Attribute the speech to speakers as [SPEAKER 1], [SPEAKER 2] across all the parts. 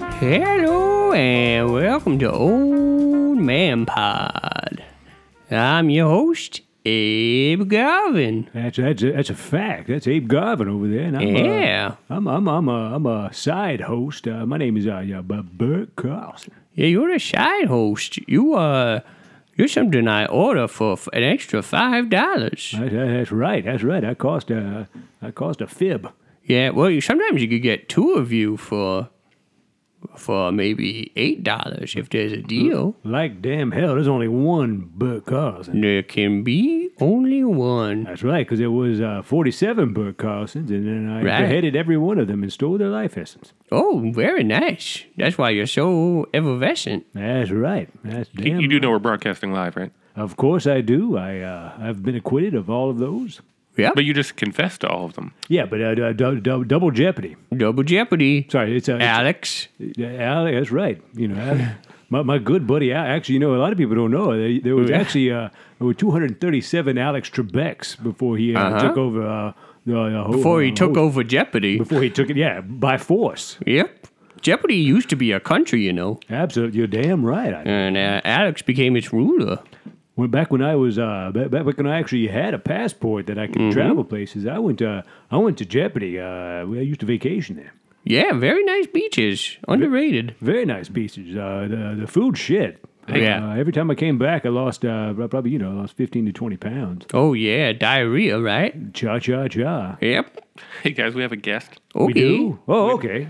[SPEAKER 1] Hello and welcome to Old Man Pod. I'm your host, Abe Garvin.
[SPEAKER 2] That's that's a, that's a fact. That's Abe Garvin over there. And I'm,
[SPEAKER 1] Yeah.
[SPEAKER 2] Uh, I'm I'm I'm a I'm a side host. Uh, my name is uh, yeah, Bu- Bert Carlson.
[SPEAKER 1] Yeah, you're a side host. You uh, you're something I order for f- an extra five dollars.
[SPEAKER 2] That- that- that's right. That's right. I cost a I cost a fib.
[SPEAKER 1] Yeah, well, you, sometimes you could get two of you for for maybe eight dollars if there's a deal.
[SPEAKER 2] Like damn hell, there's only one Bert Carlson.
[SPEAKER 1] There can be only one.
[SPEAKER 2] That's right, because there was uh, 47 Bert Carlsons, and then I
[SPEAKER 1] Right.
[SPEAKER 2] beheaded every one of them and stole their life essence.
[SPEAKER 1] Oh, very nice. That's why you're so effervescent.
[SPEAKER 2] That's right. That's
[SPEAKER 3] You-
[SPEAKER 2] damn.
[SPEAKER 3] You do know we're broadcasting live, right?
[SPEAKER 2] Of course I do. I uh, I've been acquitted of all of those.
[SPEAKER 1] Yep.
[SPEAKER 3] But you just confessed to all of them.
[SPEAKER 2] Yeah, but uh, d- d- d- double jeopardy.
[SPEAKER 1] Double Jeopardy.
[SPEAKER 2] Sorry, it's a it's-
[SPEAKER 1] Alex.
[SPEAKER 2] Yeah, Al, that's right. You know, Al- my, my good buddy. Al, actually, you know, a lot of people don't know. There, there was actually uh, there were 237 Alex Trebeks before he uh, took over. Uh, the, the ho-
[SPEAKER 1] Uh-huh. Before he
[SPEAKER 2] uh,
[SPEAKER 1] took
[SPEAKER 2] host-
[SPEAKER 1] over Jeopardy.
[SPEAKER 2] Before he took it, yeah, by force.
[SPEAKER 1] Yep. Jeopardy used to be a country, you know,
[SPEAKER 2] Absolutely, you're damn right. I,
[SPEAKER 1] and uh, Alex became its ruler.
[SPEAKER 2] When back when I was uh, back, back when I actually had a passport that I could
[SPEAKER 1] Mm-hmm.
[SPEAKER 2] travel places, I went to I went to Jeopardy. Uh, we- I used to vacation there.
[SPEAKER 1] Yeah, very nice beaches. Underrated.
[SPEAKER 2] Very nice beaches. Uh, the the food shit.
[SPEAKER 1] Oh, Yeah.
[SPEAKER 2] Uh, every time I came back, I lost uh, probably you know I lost 15 to 20 pounds.
[SPEAKER 1] Oh, yeah, diarrhea, right?
[SPEAKER 2] Cha cha cha.
[SPEAKER 1] Yep.
[SPEAKER 3] Hey guys, we have a guest.
[SPEAKER 1] Okay.
[SPEAKER 2] We do? Oh, okay.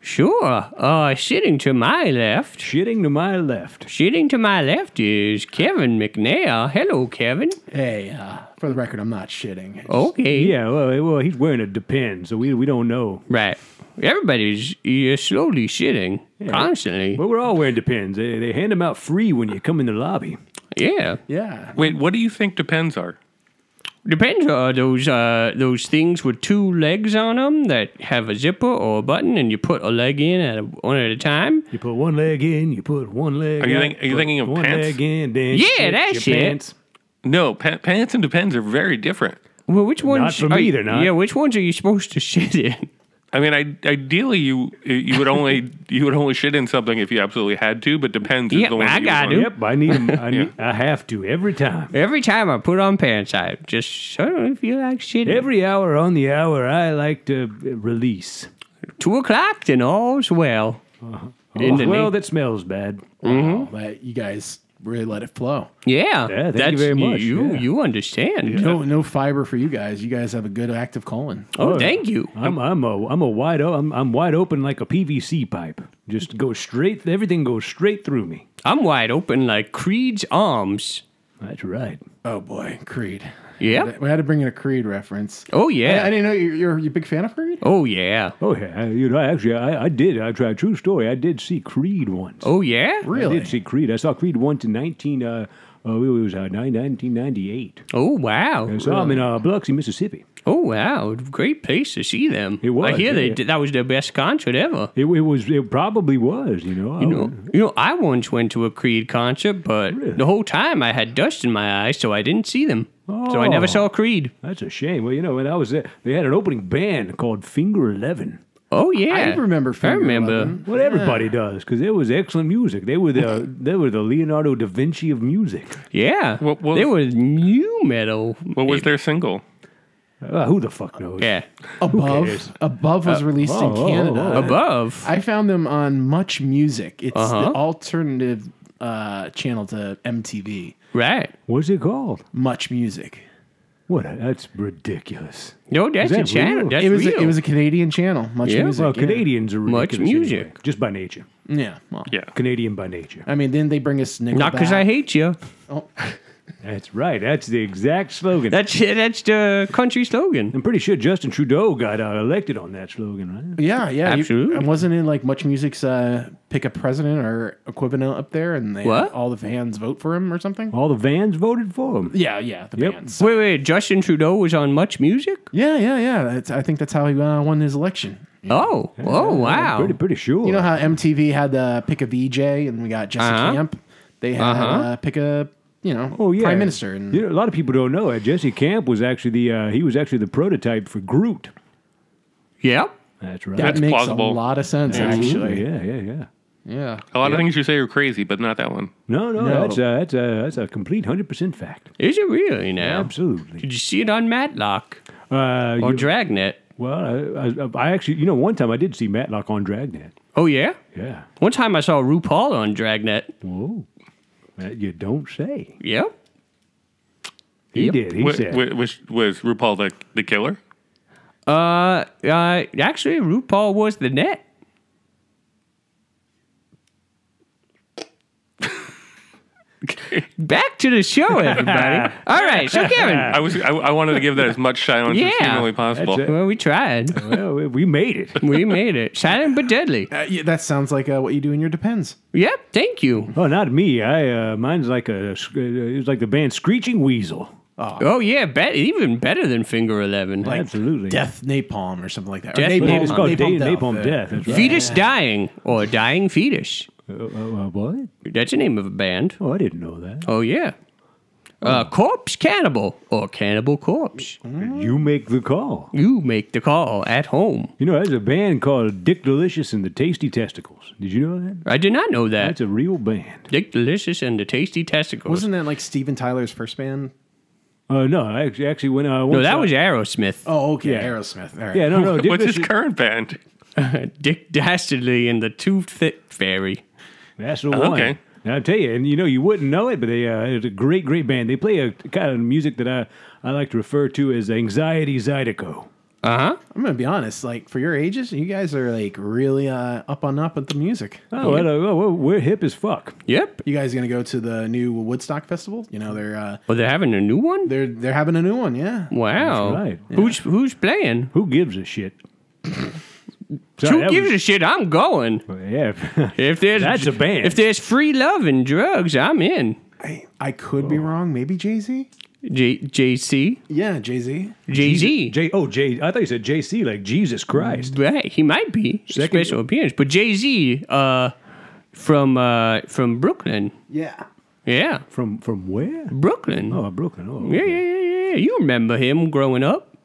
[SPEAKER 1] Sure. Uh, sitting to my left.
[SPEAKER 2] Shitting to my left.
[SPEAKER 1] Sitting to my left is Kevin McNair. Hello, Kevin.
[SPEAKER 4] Hey, uh, for the record, I'm not shitting.
[SPEAKER 1] Okay.
[SPEAKER 2] Yeah, well, well he's wearing a depend, so we, we don't know.
[SPEAKER 1] Right. Everybody's you're slowly sitting constantly.
[SPEAKER 2] But we're all wearing depends. They, they hand them out free when you come in the lobby.
[SPEAKER 1] Yeah.
[SPEAKER 4] Yeah.
[SPEAKER 3] Wait, what do you think depends are?
[SPEAKER 1] Depends on those uh, those things with two legs on them that have a zipper or a button, and you put a leg in at a, one at a time.
[SPEAKER 2] You put one leg in, you put one leg
[SPEAKER 3] Are you
[SPEAKER 2] out,
[SPEAKER 3] think- are you
[SPEAKER 2] put
[SPEAKER 3] thinking of
[SPEAKER 2] one
[SPEAKER 3] pants?
[SPEAKER 2] leg in, then
[SPEAKER 1] Yeah,
[SPEAKER 2] shit
[SPEAKER 1] that
[SPEAKER 2] your
[SPEAKER 1] shit.
[SPEAKER 2] pants.
[SPEAKER 3] No, pa- pants and depends are very different.
[SPEAKER 1] Well, which ones?
[SPEAKER 2] for
[SPEAKER 1] are
[SPEAKER 2] me,
[SPEAKER 1] you-
[SPEAKER 2] they're not.
[SPEAKER 1] Yeah, which ones are you supposed to shit in?
[SPEAKER 3] I mean, I, ideally you you would only you would only shit in something if you absolutely had to, but depends
[SPEAKER 1] Yeah,
[SPEAKER 3] is the one.
[SPEAKER 1] I
[SPEAKER 3] that you
[SPEAKER 1] got
[SPEAKER 3] want.
[SPEAKER 1] it.
[SPEAKER 2] Yep, I need 'em. I, need, I have to every time.
[SPEAKER 1] Every time I put on pants, I just suddenly feel like shitting.
[SPEAKER 2] Every hour on the hour, I like to uh, release.
[SPEAKER 1] Two o'clock, then all's well. In the
[SPEAKER 2] Uh-huh. Oh, well,
[SPEAKER 1] name-
[SPEAKER 2] that smells bad.
[SPEAKER 4] Wow, but you guys really let it flow.
[SPEAKER 1] yeah,
[SPEAKER 2] Yeah, thank you very much,
[SPEAKER 1] You
[SPEAKER 2] yeah.
[SPEAKER 1] you understand?
[SPEAKER 4] No, no fiber for you guys. You guys have a good active colon.
[SPEAKER 1] Oh,
[SPEAKER 2] Oh.
[SPEAKER 1] thank you.
[SPEAKER 2] I'm I'm a I'm a wide o- I'm I'm wide open like a PVC pipe. Just goes straight. Everything goes straight through me.
[SPEAKER 1] I'm wide open like Creed's arms.
[SPEAKER 2] That's right.
[SPEAKER 4] Oh boy, Creed.
[SPEAKER 1] Yeah.
[SPEAKER 4] We had to bring in a Creed reference.
[SPEAKER 1] Oh
[SPEAKER 4] I, I
[SPEAKER 1] yeah.
[SPEAKER 4] didn't know you're, you're you a big fan of Creed.
[SPEAKER 1] Oh yeah.
[SPEAKER 2] Oh yeah, I- you know, I actually, I, I did. I tried. True story. I did see Creed once.
[SPEAKER 1] Oh yeah.
[SPEAKER 2] I
[SPEAKER 4] Really?
[SPEAKER 2] did see Creed. I saw Creed once in nineteen. Uh, uh, it was uh, nine- 1998.
[SPEAKER 1] Oh wow.
[SPEAKER 2] I saw him in uh, Biloxi, Mississippi.
[SPEAKER 1] Oh wow, great place to see them.
[SPEAKER 2] It was,
[SPEAKER 1] I hear they
[SPEAKER 2] yeah.
[SPEAKER 1] did, that was their best concert ever.
[SPEAKER 2] It, it was. It probably was. You know. Oh, I
[SPEAKER 1] You know,
[SPEAKER 2] was-
[SPEAKER 1] you know, I once went to a Creed concert, but the whole time I had dust in my eyes, so I didn't see them. So I never
[SPEAKER 2] Oh.
[SPEAKER 1] saw Creed.
[SPEAKER 2] That's a shame. Well, you know, when I was there, they had an opening band called Finger Eleven.
[SPEAKER 1] Oh yeah,
[SPEAKER 4] I remember
[SPEAKER 1] I
[SPEAKER 4] Finger
[SPEAKER 1] remember.
[SPEAKER 4] Eleven.
[SPEAKER 2] What everybody does, because it was excellent music. They were the they were the Leonardo da Vinci of music.
[SPEAKER 1] Yeah,
[SPEAKER 3] What was-
[SPEAKER 1] they were new metal.
[SPEAKER 3] What was their single?
[SPEAKER 2] Uh, who the fuck knows?
[SPEAKER 1] Yeah,
[SPEAKER 2] cares?
[SPEAKER 4] Above, above
[SPEAKER 1] Uh,
[SPEAKER 4] was released
[SPEAKER 2] oh, oh,
[SPEAKER 4] in Canada.
[SPEAKER 2] oh.
[SPEAKER 1] above.
[SPEAKER 4] I found them on Much Music. It's
[SPEAKER 1] Uh-huh.
[SPEAKER 4] the alternative uh, channel to MTV.
[SPEAKER 1] right.
[SPEAKER 2] What's it called?
[SPEAKER 4] Much Music.
[SPEAKER 2] What? That's ridiculous.
[SPEAKER 1] No, that's
[SPEAKER 2] Is
[SPEAKER 1] a
[SPEAKER 2] that
[SPEAKER 1] channel.
[SPEAKER 2] real?
[SPEAKER 1] That's
[SPEAKER 4] It was
[SPEAKER 1] real.
[SPEAKER 4] a, it was a Canadian channel. Much
[SPEAKER 1] Yeah?
[SPEAKER 4] Music.
[SPEAKER 2] Well,
[SPEAKER 4] yeah.
[SPEAKER 2] Canadians are
[SPEAKER 1] Much
[SPEAKER 2] ridiculous anyway,
[SPEAKER 1] music.
[SPEAKER 2] just by nature.
[SPEAKER 4] Yeah. Well,
[SPEAKER 3] Yeah,
[SPEAKER 2] Canadian by nature.
[SPEAKER 4] I mean, then they bring us Nickelback.
[SPEAKER 1] not because I hate you.
[SPEAKER 4] Oh,
[SPEAKER 2] That's right. That's the exact slogan.
[SPEAKER 1] That's that's the country slogan.
[SPEAKER 2] I'm pretty sure Justin Trudeau got uh, elected on that slogan, right?
[SPEAKER 4] yeah, yeah. you-
[SPEAKER 1] Absolutely.
[SPEAKER 4] and wasn't in like Much Music's uh, pick a president or equivalent up there, and they
[SPEAKER 1] What?
[SPEAKER 4] all the fans vote for him or something.
[SPEAKER 2] All the vans voted for him.
[SPEAKER 4] Yeah, yeah, the
[SPEAKER 2] Yep.
[SPEAKER 4] fans.
[SPEAKER 1] Wait, wait. Justin Trudeau was on Much Music.
[SPEAKER 4] Yeah, yeah, yeah. That's, I think that's how he uh, won his election.
[SPEAKER 1] Oh, oh, wow.
[SPEAKER 2] Pretty, pretty sure.
[SPEAKER 4] You know how MTV had the pick a VJ, and we got Jesse
[SPEAKER 1] Uh-huh.
[SPEAKER 4] Camp. They had uh
[SPEAKER 1] Uh-huh.
[SPEAKER 4] pick a you know
[SPEAKER 2] Oh yeah,
[SPEAKER 4] prime minister, and
[SPEAKER 2] you know, a lot of people don't know. Uh, Jesse Camp was actually the uh, he was actually the prototype for Groot.
[SPEAKER 1] Yep.
[SPEAKER 2] That's right.
[SPEAKER 4] That
[SPEAKER 3] That's
[SPEAKER 4] makes
[SPEAKER 3] plausible.
[SPEAKER 4] a lot of sense,
[SPEAKER 2] Absolutely.
[SPEAKER 4] actually.
[SPEAKER 2] Yeah, yeah, yeah.
[SPEAKER 4] Yeah.
[SPEAKER 3] A lot of things you say are crazy, but not that one.
[SPEAKER 2] No, no,
[SPEAKER 4] No.
[SPEAKER 2] that's uh, that's uh, that's a complete hundred percent fact.
[SPEAKER 1] Is it really now?
[SPEAKER 2] Absolutely.
[SPEAKER 1] Did you see it on Matlock
[SPEAKER 2] Uh,
[SPEAKER 1] or
[SPEAKER 2] you-
[SPEAKER 1] Dragnet?
[SPEAKER 2] well, I, I, I actually, you know, one time I did see Matlock on Dragnet.
[SPEAKER 1] Oh yeah.
[SPEAKER 2] Yeah.
[SPEAKER 1] One time I saw RuPaul on Dragnet.
[SPEAKER 2] Whoa. That you don't say.
[SPEAKER 1] Yep.
[SPEAKER 2] He
[SPEAKER 1] Yep.
[SPEAKER 2] did. He
[SPEAKER 3] Wh-
[SPEAKER 2] said.
[SPEAKER 3] wh- which was RuPaul the, the killer?
[SPEAKER 1] Uh, uh, actually, RuPaul was the net. Back to the show, everybody. All right, so Kevin.
[SPEAKER 3] I was I, I wanted to give that as much silence as
[SPEAKER 1] Yeah.
[SPEAKER 3] humanly possible.
[SPEAKER 2] That's
[SPEAKER 1] Well, we tried.
[SPEAKER 2] well, we- we made it.
[SPEAKER 1] We made it. Silent but deadly.
[SPEAKER 4] Uh, yeah, that sounds like uh, what you do in your depends.
[SPEAKER 1] Yep, thank you.
[SPEAKER 2] Oh, not me. I uh, mine's like a sc- uh, it's like the band Screeching Weasel.
[SPEAKER 1] Oh, yeah, bet even better than Finger 11.
[SPEAKER 2] Absolutely.
[SPEAKER 4] Death napalm or something like that. Or
[SPEAKER 1] Death
[SPEAKER 2] Yeah,
[SPEAKER 1] napalm.
[SPEAKER 2] it's called Napalm, Oh,
[SPEAKER 4] Death.
[SPEAKER 2] napalm
[SPEAKER 4] Uh,
[SPEAKER 2] Death. That's right.
[SPEAKER 1] fetus Dying or Dying Fetus.
[SPEAKER 2] Uh, uh, uh, what?
[SPEAKER 1] That's the name of a band.
[SPEAKER 2] Oh, I didn't know that.
[SPEAKER 1] Oh, yeah. Uh, corpse Cannibal or Cannibal Corpse.
[SPEAKER 2] You make the call.
[SPEAKER 1] You make the call at home.
[SPEAKER 2] You know, there's a band called Dick Delicious and the Tasty Testicles. Did you know that?
[SPEAKER 1] I did not know that.
[SPEAKER 2] That's a real band.
[SPEAKER 1] Dick Delicious and the Tasty Testicles.
[SPEAKER 4] Wasn't that like Steven Tyler's first band?
[SPEAKER 2] Uh, no, I actually, actually when uh, I
[SPEAKER 1] no, that was Aerosmith.
[SPEAKER 4] Oh, okay.
[SPEAKER 2] Yeah.
[SPEAKER 4] Aerosmith. All right.
[SPEAKER 2] yeah, no, no. Dick
[SPEAKER 3] What's his
[SPEAKER 2] Delicious-
[SPEAKER 3] current band?
[SPEAKER 1] Dick Dastardly and the Two Fit Fairy.
[SPEAKER 2] That's the
[SPEAKER 3] Oh,
[SPEAKER 2] one.
[SPEAKER 3] okay.
[SPEAKER 2] And I tell you, and you know, you wouldn't know it, but they uh, it's a great, great band. They play a kind of music that I, I like to refer to as anxiety zydeco. Oh,
[SPEAKER 1] Uh huh.
[SPEAKER 4] I'm gonna be honest. Like for your ages, you guys are like really uh, up on up with the music.
[SPEAKER 2] Oh, well, uh, well, we're hip as fuck.
[SPEAKER 1] Yep.
[SPEAKER 4] You guys gonna go to the new Woodstock festival? You know they're uh,
[SPEAKER 1] Well, Oh, they're having a new one.
[SPEAKER 4] they're they're having a new one. Yeah.
[SPEAKER 1] Wow.
[SPEAKER 2] right.
[SPEAKER 1] Who's who's playing?
[SPEAKER 2] Who gives a shit? Sorry,
[SPEAKER 1] Who
[SPEAKER 2] that
[SPEAKER 1] gives a
[SPEAKER 2] was-
[SPEAKER 1] shit? I'm going.
[SPEAKER 2] Yeah,
[SPEAKER 1] If there's
[SPEAKER 2] That's a band.
[SPEAKER 1] If there's free love and drugs, I'm in.
[SPEAKER 4] I, I could be wrong. Maybe Jay Z.
[SPEAKER 1] J JC
[SPEAKER 4] Yeah, Jay Z.
[SPEAKER 1] Jay Z.
[SPEAKER 2] J. Oh, J. I thought you said JC, like Jesus Christ.
[SPEAKER 1] Right, he might be
[SPEAKER 2] Second-
[SPEAKER 1] special appearance, but Jay Z, uh, from uh, from Brooklyn,
[SPEAKER 4] Yeah.
[SPEAKER 1] yeah,
[SPEAKER 2] From from where?
[SPEAKER 1] Brooklyn,
[SPEAKER 2] Oh, Brooklyn. Oh,
[SPEAKER 1] yeah, yeah, yeah, yeah. You remember him growing up?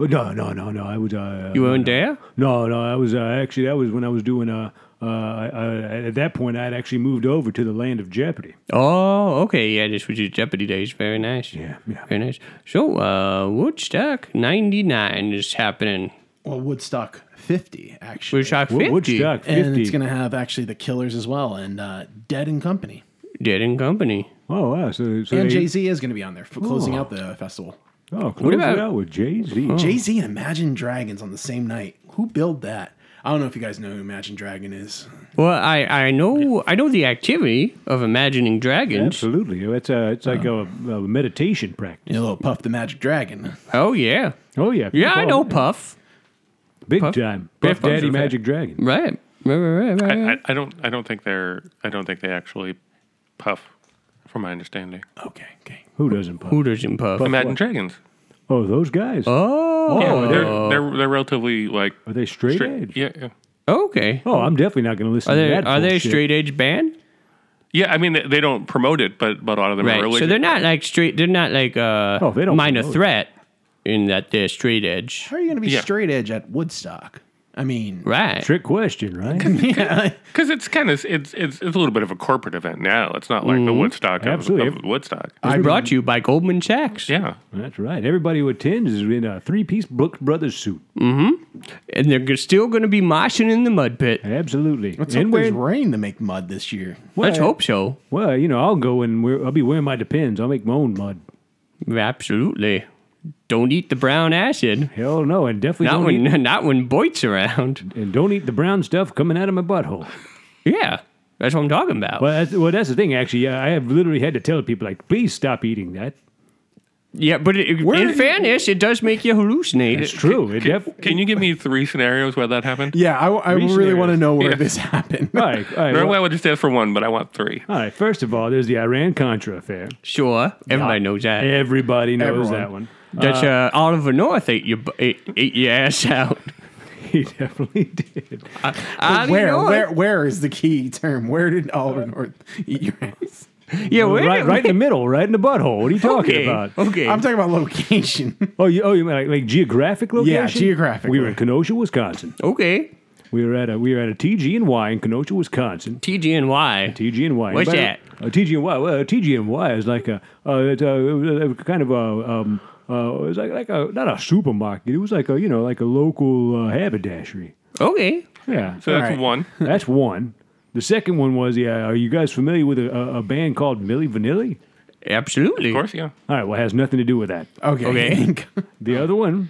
[SPEAKER 2] Oh, no, no, no, no. I was. Uh,
[SPEAKER 1] You weren't there.
[SPEAKER 2] No, no. I was uh, actually that was when I was doing. Uh, uh, I, I, at that point, I'd actually moved over to the land of Jeopardy.
[SPEAKER 1] Oh, okay. Yeah, this was your Jeopardy days. Very nice.
[SPEAKER 2] Yeah, yeah.
[SPEAKER 1] Very nice. So, uh, Woodstock 99 is happening.
[SPEAKER 4] Well, Woodstock 50 actually.
[SPEAKER 1] Woodstock 50.
[SPEAKER 2] Wo- Woodstock
[SPEAKER 4] And
[SPEAKER 2] fifty.
[SPEAKER 4] it's gonna have actually the Killers as well and uh, Dead and Company.
[SPEAKER 1] Dead and Company.
[SPEAKER 2] Oh wow! So, so
[SPEAKER 4] And
[SPEAKER 2] they-
[SPEAKER 4] Jay Z is gonna be on there for closing out the festival.
[SPEAKER 2] Oh, close
[SPEAKER 1] What about-
[SPEAKER 2] it out with Jay Z.
[SPEAKER 4] Jay Z and Imagine Dragons on the same night. Who built that? I don't know if you guys know who Imagine Dragon is.
[SPEAKER 1] Well, I, I know I know the activity of imagining dragons.
[SPEAKER 2] Absolutely. It's a, it's like a, a meditation practice.
[SPEAKER 4] You know, little Puff the Magic Dragon.
[SPEAKER 1] Oh yeah,
[SPEAKER 2] Oh yeah.
[SPEAKER 1] yeah. I
[SPEAKER 2] Paul-
[SPEAKER 1] know Puff.
[SPEAKER 2] Big
[SPEAKER 1] Puff-
[SPEAKER 2] time.
[SPEAKER 1] Puff
[SPEAKER 2] Puff
[SPEAKER 1] Puff's
[SPEAKER 2] Daddy
[SPEAKER 1] a fan.
[SPEAKER 2] Magic Dragon.
[SPEAKER 1] Right. Right. Right. Right. right,
[SPEAKER 3] I, I,
[SPEAKER 1] right.
[SPEAKER 3] I don't I don't think they're I don't think they actually puff, from my understanding.
[SPEAKER 4] Okay, okay.
[SPEAKER 2] Who doesn't puff?
[SPEAKER 1] Hooters and Puff.
[SPEAKER 3] Imagine Dragons.
[SPEAKER 2] Oh, those guys.
[SPEAKER 1] Oh.
[SPEAKER 3] Yeah, they're, they're they're relatively like
[SPEAKER 2] Are they straight,
[SPEAKER 3] straight.
[SPEAKER 2] edge?
[SPEAKER 3] Yeah, yeah.
[SPEAKER 1] okay.
[SPEAKER 2] Oh, I'm definitely not going to listen
[SPEAKER 1] Are they
[SPEAKER 2] to that.
[SPEAKER 1] are they a
[SPEAKER 2] bullshit.
[SPEAKER 1] straight edge band?
[SPEAKER 3] Yeah, I mean they, they don't promote it, but but a lot of them are
[SPEAKER 1] Right.
[SPEAKER 3] religious.
[SPEAKER 1] So they're not like straight. They're not like uh,
[SPEAKER 2] Oh, they don't
[SPEAKER 1] minor
[SPEAKER 2] promote it.
[SPEAKER 1] threat in that they're straight edge.
[SPEAKER 4] How are you going to be
[SPEAKER 3] Yeah.
[SPEAKER 4] straight edge at Woodstock? I mean,
[SPEAKER 1] Right.
[SPEAKER 2] Trick question, right?
[SPEAKER 3] because it's kind of it's it's it's a little bit of a corporate event now. It's not like the Woodstock of-
[SPEAKER 2] Absolutely.
[SPEAKER 3] of, Woodstock.
[SPEAKER 1] Mm-hmm. I brought you by Goldman Sachs.
[SPEAKER 3] yeah,
[SPEAKER 2] That's right. Everybody who attends is in a three-piece Brooks Brothers suit.
[SPEAKER 1] And they're g- still going to be moshing in the mud pit.
[SPEAKER 2] Absolutely.
[SPEAKER 4] let's
[SPEAKER 2] and
[SPEAKER 4] hope there's
[SPEAKER 2] wearing,
[SPEAKER 4] rain to make mud this year.
[SPEAKER 1] Let's hope so.
[SPEAKER 2] well, you know, I'll go and wear, I'll be wearing my depends. I'll make my own mud.
[SPEAKER 1] Absolutely. Don't eat the brown acid.
[SPEAKER 2] Hell no, and definitely
[SPEAKER 1] Not
[SPEAKER 2] don't
[SPEAKER 1] when
[SPEAKER 2] eat,
[SPEAKER 1] not when Boyd's around.
[SPEAKER 2] and don't eat the brown stuff coming out of my butthole.
[SPEAKER 1] Yeah. That's what I'm talking about.
[SPEAKER 2] Well, that's, well, that's the thing. Actually, I have literally had to tell people like, please stop eating that.
[SPEAKER 1] Yeah, but it, in fairness, it does make you hallucinate.
[SPEAKER 2] It's true. It def-
[SPEAKER 3] can you give me three scenarios where that happened?
[SPEAKER 4] Yeah, I, I really
[SPEAKER 2] Reasonable.
[SPEAKER 4] want to know where this happened.
[SPEAKER 2] all right, all right,
[SPEAKER 3] Very
[SPEAKER 2] well-
[SPEAKER 3] well, I would just ask for one, but I want three.
[SPEAKER 2] all right. First of all, there's the Iran Contra affair.
[SPEAKER 1] Sure, everybody knows that.
[SPEAKER 2] Everybody knows
[SPEAKER 4] Everyone.
[SPEAKER 2] that one.
[SPEAKER 1] That's uh, Oliver North ate your bu- ate, ate your ass out.
[SPEAKER 2] He definitely did.
[SPEAKER 1] Ollie
[SPEAKER 4] where,
[SPEAKER 1] North.
[SPEAKER 4] where, where is the key term? Where did Oliver North eat your ass?
[SPEAKER 1] Yeah, where
[SPEAKER 2] right,
[SPEAKER 1] did
[SPEAKER 2] right in
[SPEAKER 1] we-
[SPEAKER 2] the middle, right in the butthole. What are you talking
[SPEAKER 1] okay,
[SPEAKER 2] about?
[SPEAKER 1] Okay.
[SPEAKER 4] I'm talking about location.
[SPEAKER 2] Oh, you, oh, you mean like, like geographic location?
[SPEAKER 4] geographic.
[SPEAKER 2] We were in Kenosha, Wisconsin.
[SPEAKER 1] okay.
[SPEAKER 2] We were at a we were at a TG and Y in Kenosha, Wisconsin.
[SPEAKER 1] TGNY.
[SPEAKER 2] TG and Y.
[SPEAKER 1] What's that?
[SPEAKER 2] Uh, TG and Y. Well, TG and Y is like a uh, it's uh, it was, uh, kind of a um, uh, it was like like a not a supermarket. It was like a you know like a local uh, haberdashery.
[SPEAKER 1] Okay.
[SPEAKER 2] Yeah,
[SPEAKER 3] So that's
[SPEAKER 4] Alright.
[SPEAKER 3] one.
[SPEAKER 2] that's one. The second one was yeah. Are you guys familiar with a, a- a band called Milli Vanilli?
[SPEAKER 1] Absolutely.
[SPEAKER 3] Of course, yeah.
[SPEAKER 2] All right, well, it has nothing to do with that.
[SPEAKER 4] Okay.
[SPEAKER 1] Okay.
[SPEAKER 2] The other one,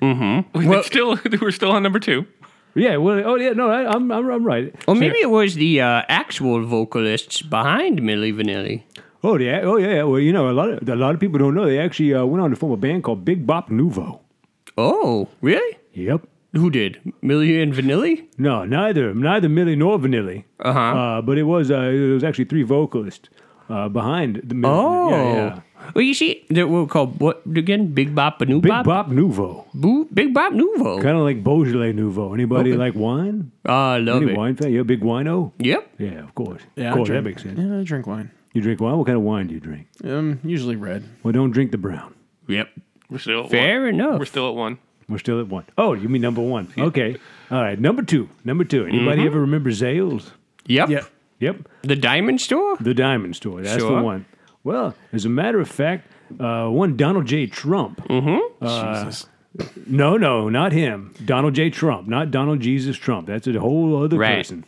[SPEAKER 3] Wait,
[SPEAKER 1] Well-
[SPEAKER 3] it's still we're still on number two.
[SPEAKER 2] yeah, well, oh yeah, no, I, I'm, I'm I'm right.
[SPEAKER 1] Or maybe it was the uh, actual vocalists behind Milli Vanilli.
[SPEAKER 2] Oh yeah, oh yeah. yeah. Well, you know, a lot of a lot of people don't know they actually uh, went on to form a band called Big Bop Nouveau.
[SPEAKER 1] Oh, really?
[SPEAKER 2] Yep.
[SPEAKER 1] Who did? Milli and Vanilli?
[SPEAKER 2] No, neither neither Millie nor Vanilli.
[SPEAKER 1] Uh-huh.
[SPEAKER 2] Uh, But it was uh, it was actually three vocalists uh, behind the Milli.
[SPEAKER 1] Oh.
[SPEAKER 2] yeah, yeah.
[SPEAKER 1] Well, you see, they were called what again? Big Bop and New
[SPEAKER 2] Big
[SPEAKER 1] Bop?
[SPEAKER 2] Bop Nouveau,
[SPEAKER 1] Boo, Big Bop Nouveau.
[SPEAKER 2] kind of like Beaujolais Nouveau. Anybody
[SPEAKER 1] Okay.
[SPEAKER 2] like wine?
[SPEAKER 1] I love
[SPEAKER 2] Any
[SPEAKER 1] it.
[SPEAKER 2] wine fan? You a big wino?
[SPEAKER 1] Yep.
[SPEAKER 2] Yeah, of course.
[SPEAKER 4] Yeah,
[SPEAKER 2] of course,
[SPEAKER 4] I
[SPEAKER 2] that
[SPEAKER 4] drink-
[SPEAKER 2] makes sense.
[SPEAKER 4] Yeah, I drink wine.
[SPEAKER 2] You drink wine? What kind of wine do you drink?
[SPEAKER 4] Um, usually red.
[SPEAKER 2] Well, don't drink the brown.
[SPEAKER 1] Yep.
[SPEAKER 3] We're still at
[SPEAKER 1] Fair
[SPEAKER 3] one.
[SPEAKER 1] enough.
[SPEAKER 3] We're still at one.
[SPEAKER 2] We're still at one. Oh, you mean number one? Okay. All right. Number two. Number two.
[SPEAKER 1] Mm-hmm.
[SPEAKER 2] Anybody ever remember Zales?
[SPEAKER 1] Yep.
[SPEAKER 4] Yeah.
[SPEAKER 2] Yep.
[SPEAKER 1] The Diamond Store?
[SPEAKER 2] The Diamond Store. That's
[SPEAKER 1] Sure.
[SPEAKER 2] the one. Well, as a matter of fact, uh, one Donald J. Trump.
[SPEAKER 4] Jesus.
[SPEAKER 2] No, no, not him. Donald J. Trump, not Donald Jesus Trump. That's a whole other
[SPEAKER 1] Right.
[SPEAKER 2] person.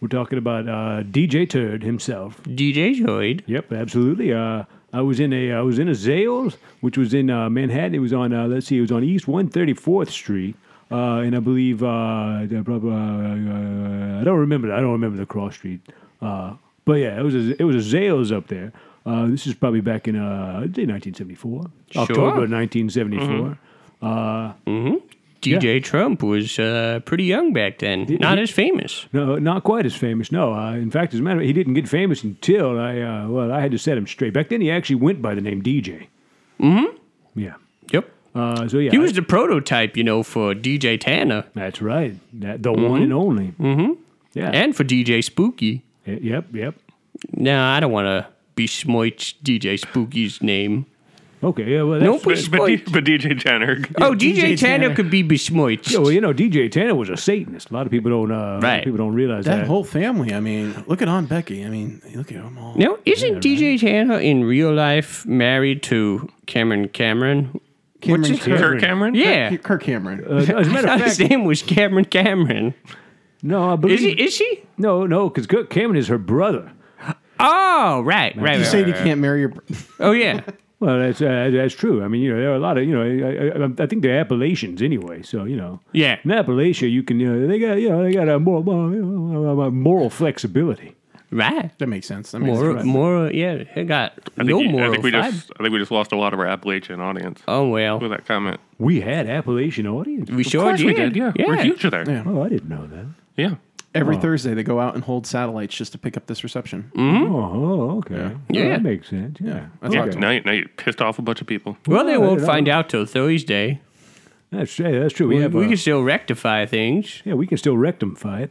[SPEAKER 2] We're talking about uh, DJ Turd himself.
[SPEAKER 1] DJ Zoid.
[SPEAKER 2] Yep, absolutely. Uh, I was in a I was in a Zales, which was in uh, Manhattan. It was on uh, let's see, it was on East One Thirty Fourth Street, uh, and I believe uh, the- blah, blah, uh, I don't remember. I don't remember the cross street. Uh, but yeah, it was a, it was a Zales up there. Uh, this is probably back in uh, I'd say 1974, October 1974.
[SPEAKER 1] DJ Trump was uh, pretty young back then. Not as famous.
[SPEAKER 2] No, not quite as famous. No, uh, in fact, as a matter of fact, he didn't get famous until I uh, well, I had to set him straight. Back then, he actually went by the name DJ. Mm-hmm. Yeah.
[SPEAKER 1] Yep.
[SPEAKER 2] Uh, so yeah,
[SPEAKER 1] He was the prototype, you know, for DJ Tanner
[SPEAKER 2] That's right. That, the one and only. Mm-hmm. Yeah.
[SPEAKER 1] and for DJ Spooky.
[SPEAKER 2] Y- yep. Yep.
[SPEAKER 1] No, I don't want to besmirch DJ Spooky's name.
[SPEAKER 2] Okay. Yeah. Well, that's,
[SPEAKER 1] No
[SPEAKER 3] But, but, D-
[SPEAKER 1] besmirch.
[SPEAKER 3] but DJ Tanner.
[SPEAKER 1] Oh, DJ,
[SPEAKER 4] DJ
[SPEAKER 1] Tanner,
[SPEAKER 4] Tanner.
[SPEAKER 1] could be besmirched.
[SPEAKER 2] yeah, well, you know, DJ Tanner was a Satanist. A lot of people don't. Uh, a lot of
[SPEAKER 1] Right.
[SPEAKER 2] People don't realize
[SPEAKER 4] That
[SPEAKER 2] that.
[SPEAKER 4] whole family. I mean, look at Aunt Becky. I mean, look at them all.
[SPEAKER 1] Now, isn't DJ Tanner in real life married to Cameron Cameron?
[SPEAKER 4] Cameron
[SPEAKER 1] his-
[SPEAKER 4] Cameron.
[SPEAKER 3] Kirk Cameron.
[SPEAKER 1] Yeah.
[SPEAKER 4] Kirk Cameron.
[SPEAKER 2] Uh, as a matter of
[SPEAKER 1] His
[SPEAKER 2] fact,
[SPEAKER 1] name was Cameron Cameron.
[SPEAKER 2] no, I
[SPEAKER 1] Is
[SPEAKER 2] believe
[SPEAKER 1] he? Is he?
[SPEAKER 2] no, no, because Kirk Cameron is her brother.
[SPEAKER 1] Oh, right, right.
[SPEAKER 4] you
[SPEAKER 1] right,
[SPEAKER 4] said
[SPEAKER 1] right,
[SPEAKER 4] you
[SPEAKER 1] right.
[SPEAKER 4] can't marry your.
[SPEAKER 1] Oh, yeah.
[SPEAKER 2] Well, that's uh, that's true. I mean, you know, there are a lot of you know. I, I, I think they're Appalachians anyway. So you know,
[SPEAKER 1] Yeah.
[SPEAKER 2] in Appalachia, you can you know, they got you know they got a moral you know, a moral flexibility.
[SPEAKER 1] Right.
[SPEAKER 4] That makes sense. That makes
[SPEAKER 1] More,
[SPEAKER 4] sense.
[SPEAKER 1] more, yeah. It got
[SPEAKER 3] I
[SPEAKER 1] no
[SPEAKER 3] you-
[SPEAKER 1] more.
[SPEAKER 3] I think we just I think we just lost a lot of our Appalachian audience
[SPEAKER 1] Oh well,
[SPEAKER 3] with that comment.
[SPEAKER 2] We had Appalachian audience.
[SPEAKER 1] we sure
[SPEAKER 3] Of course
[SPEAKER 1] did.
[SPEAKER 3] we did. Yeah.
[SPEAKER 1] yeah.
[SPEAKER 3] we're huge there. Yeah.
[SPEAKER 4] Yeah.
[SPEAKER 2] Oh, I didn't know that.
[SPEAKER 4] Every Thursday they go out and hold satellites just to pick up this reception.
[SPEAKER 2] Oh, okay. Yeah.
[SPEAKER 1] Yeah.
[SPEAKER 2] that makes sense. Yeah.
[SPEAKER 4] That's
[SPEAKER 3] Yeah,
[SPEAKER 4] awesome.
[SPEAKER 3] Now, you, now you pissed off a bunch of people.
[SPEAKER 1] Well, they
[SPEAKER 2] Well,
[SPEAKER 1] won't
[SPEAKER 2] you know.
[SPEAKER 1] find out till Thursday.
[SPEAKER 2] That's, yeah, that's true. We,
[SPEAKER 1] We,
[SPEAKER 2] have
[SPEAKER 1] we
[SPEAKER 2] a-
[SPEAKER 1] can still rectify things.
[SPEAKER 2] yeah, we can still rectify it.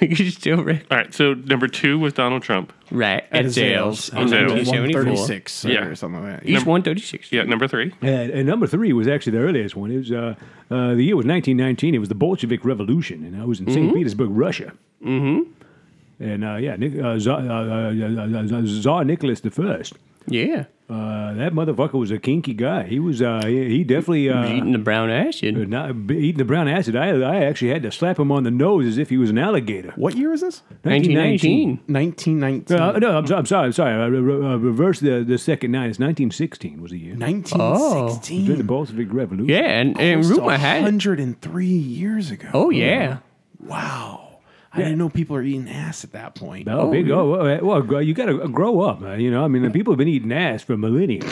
[SPEAKER 1] we can still rec-
[SPEAKER 3] All right. So number two was Donald Trump.
[SPEAKER 1] right at, sales.
[SPEAKER 4] on
[SPEAKER 1] in
[SPEAKER 3] Zales.
[SPEAKER 1] 1974.
[SPEAKER 4] 136
[SPEAKER 3] Yeah.
[SPEAKER 4] or something like that.
[SPEAKER 1] He's one thirty six.
[SPEAKER 3] Yeah. Number three.
[SPEAKER 2] And, and number three was actually the earliest one. It was uh, uh, the year was 1919. It was the Bolshevik Revolution, and I was in St. Petersburg, Russia. Mm-hmm. And uh, yeah, Nic- uh, Tsar, uh, uh, uh, Tsar Nicholas the First.
[SPEAKER 1] Yeah,
[SPEAKER 2] Uh, that motherfucker was a kinky guy. He was. Uh, he, he definitely.
[SPEAKER 1] He's
[SPEAKER 2] Uh,
[SPEAKER 1] eating the brown acid.
[SPEAKER 2] not b- eating the brown acid. I, I actually had to slap him on the nose as if he was an alligator.
[SPEAKER 4] What year was this?
[SPEAKER 1] 1919. Oh.
[SPEAKER 4] 1919.
[SPEAKER 2] Uh, no, I'm, so, I'm sorry. I'm sorry. I re- re- uh, reversed the, the second nine. It's 1916 was the year. During the
[SPEAKER 4] 1916.
[SPEAKER 2] Bolshevik Revolution.
[SPEAKER 1] Yeah, and, and
[SPEAKER 4] Almost
[SPEAKER 1] rumor had.
[SPEAKER 4] 103 years ago.
[SPEAKER 1] Oh yeah,
[SPEAKER 4] Wow. I didn't know people are eating ass at that point.
[SPEAKER 2] Oh, big. Oh, well, well, gr- you got to grow up. man. You know, I mean, the people have been eating ass for millennia.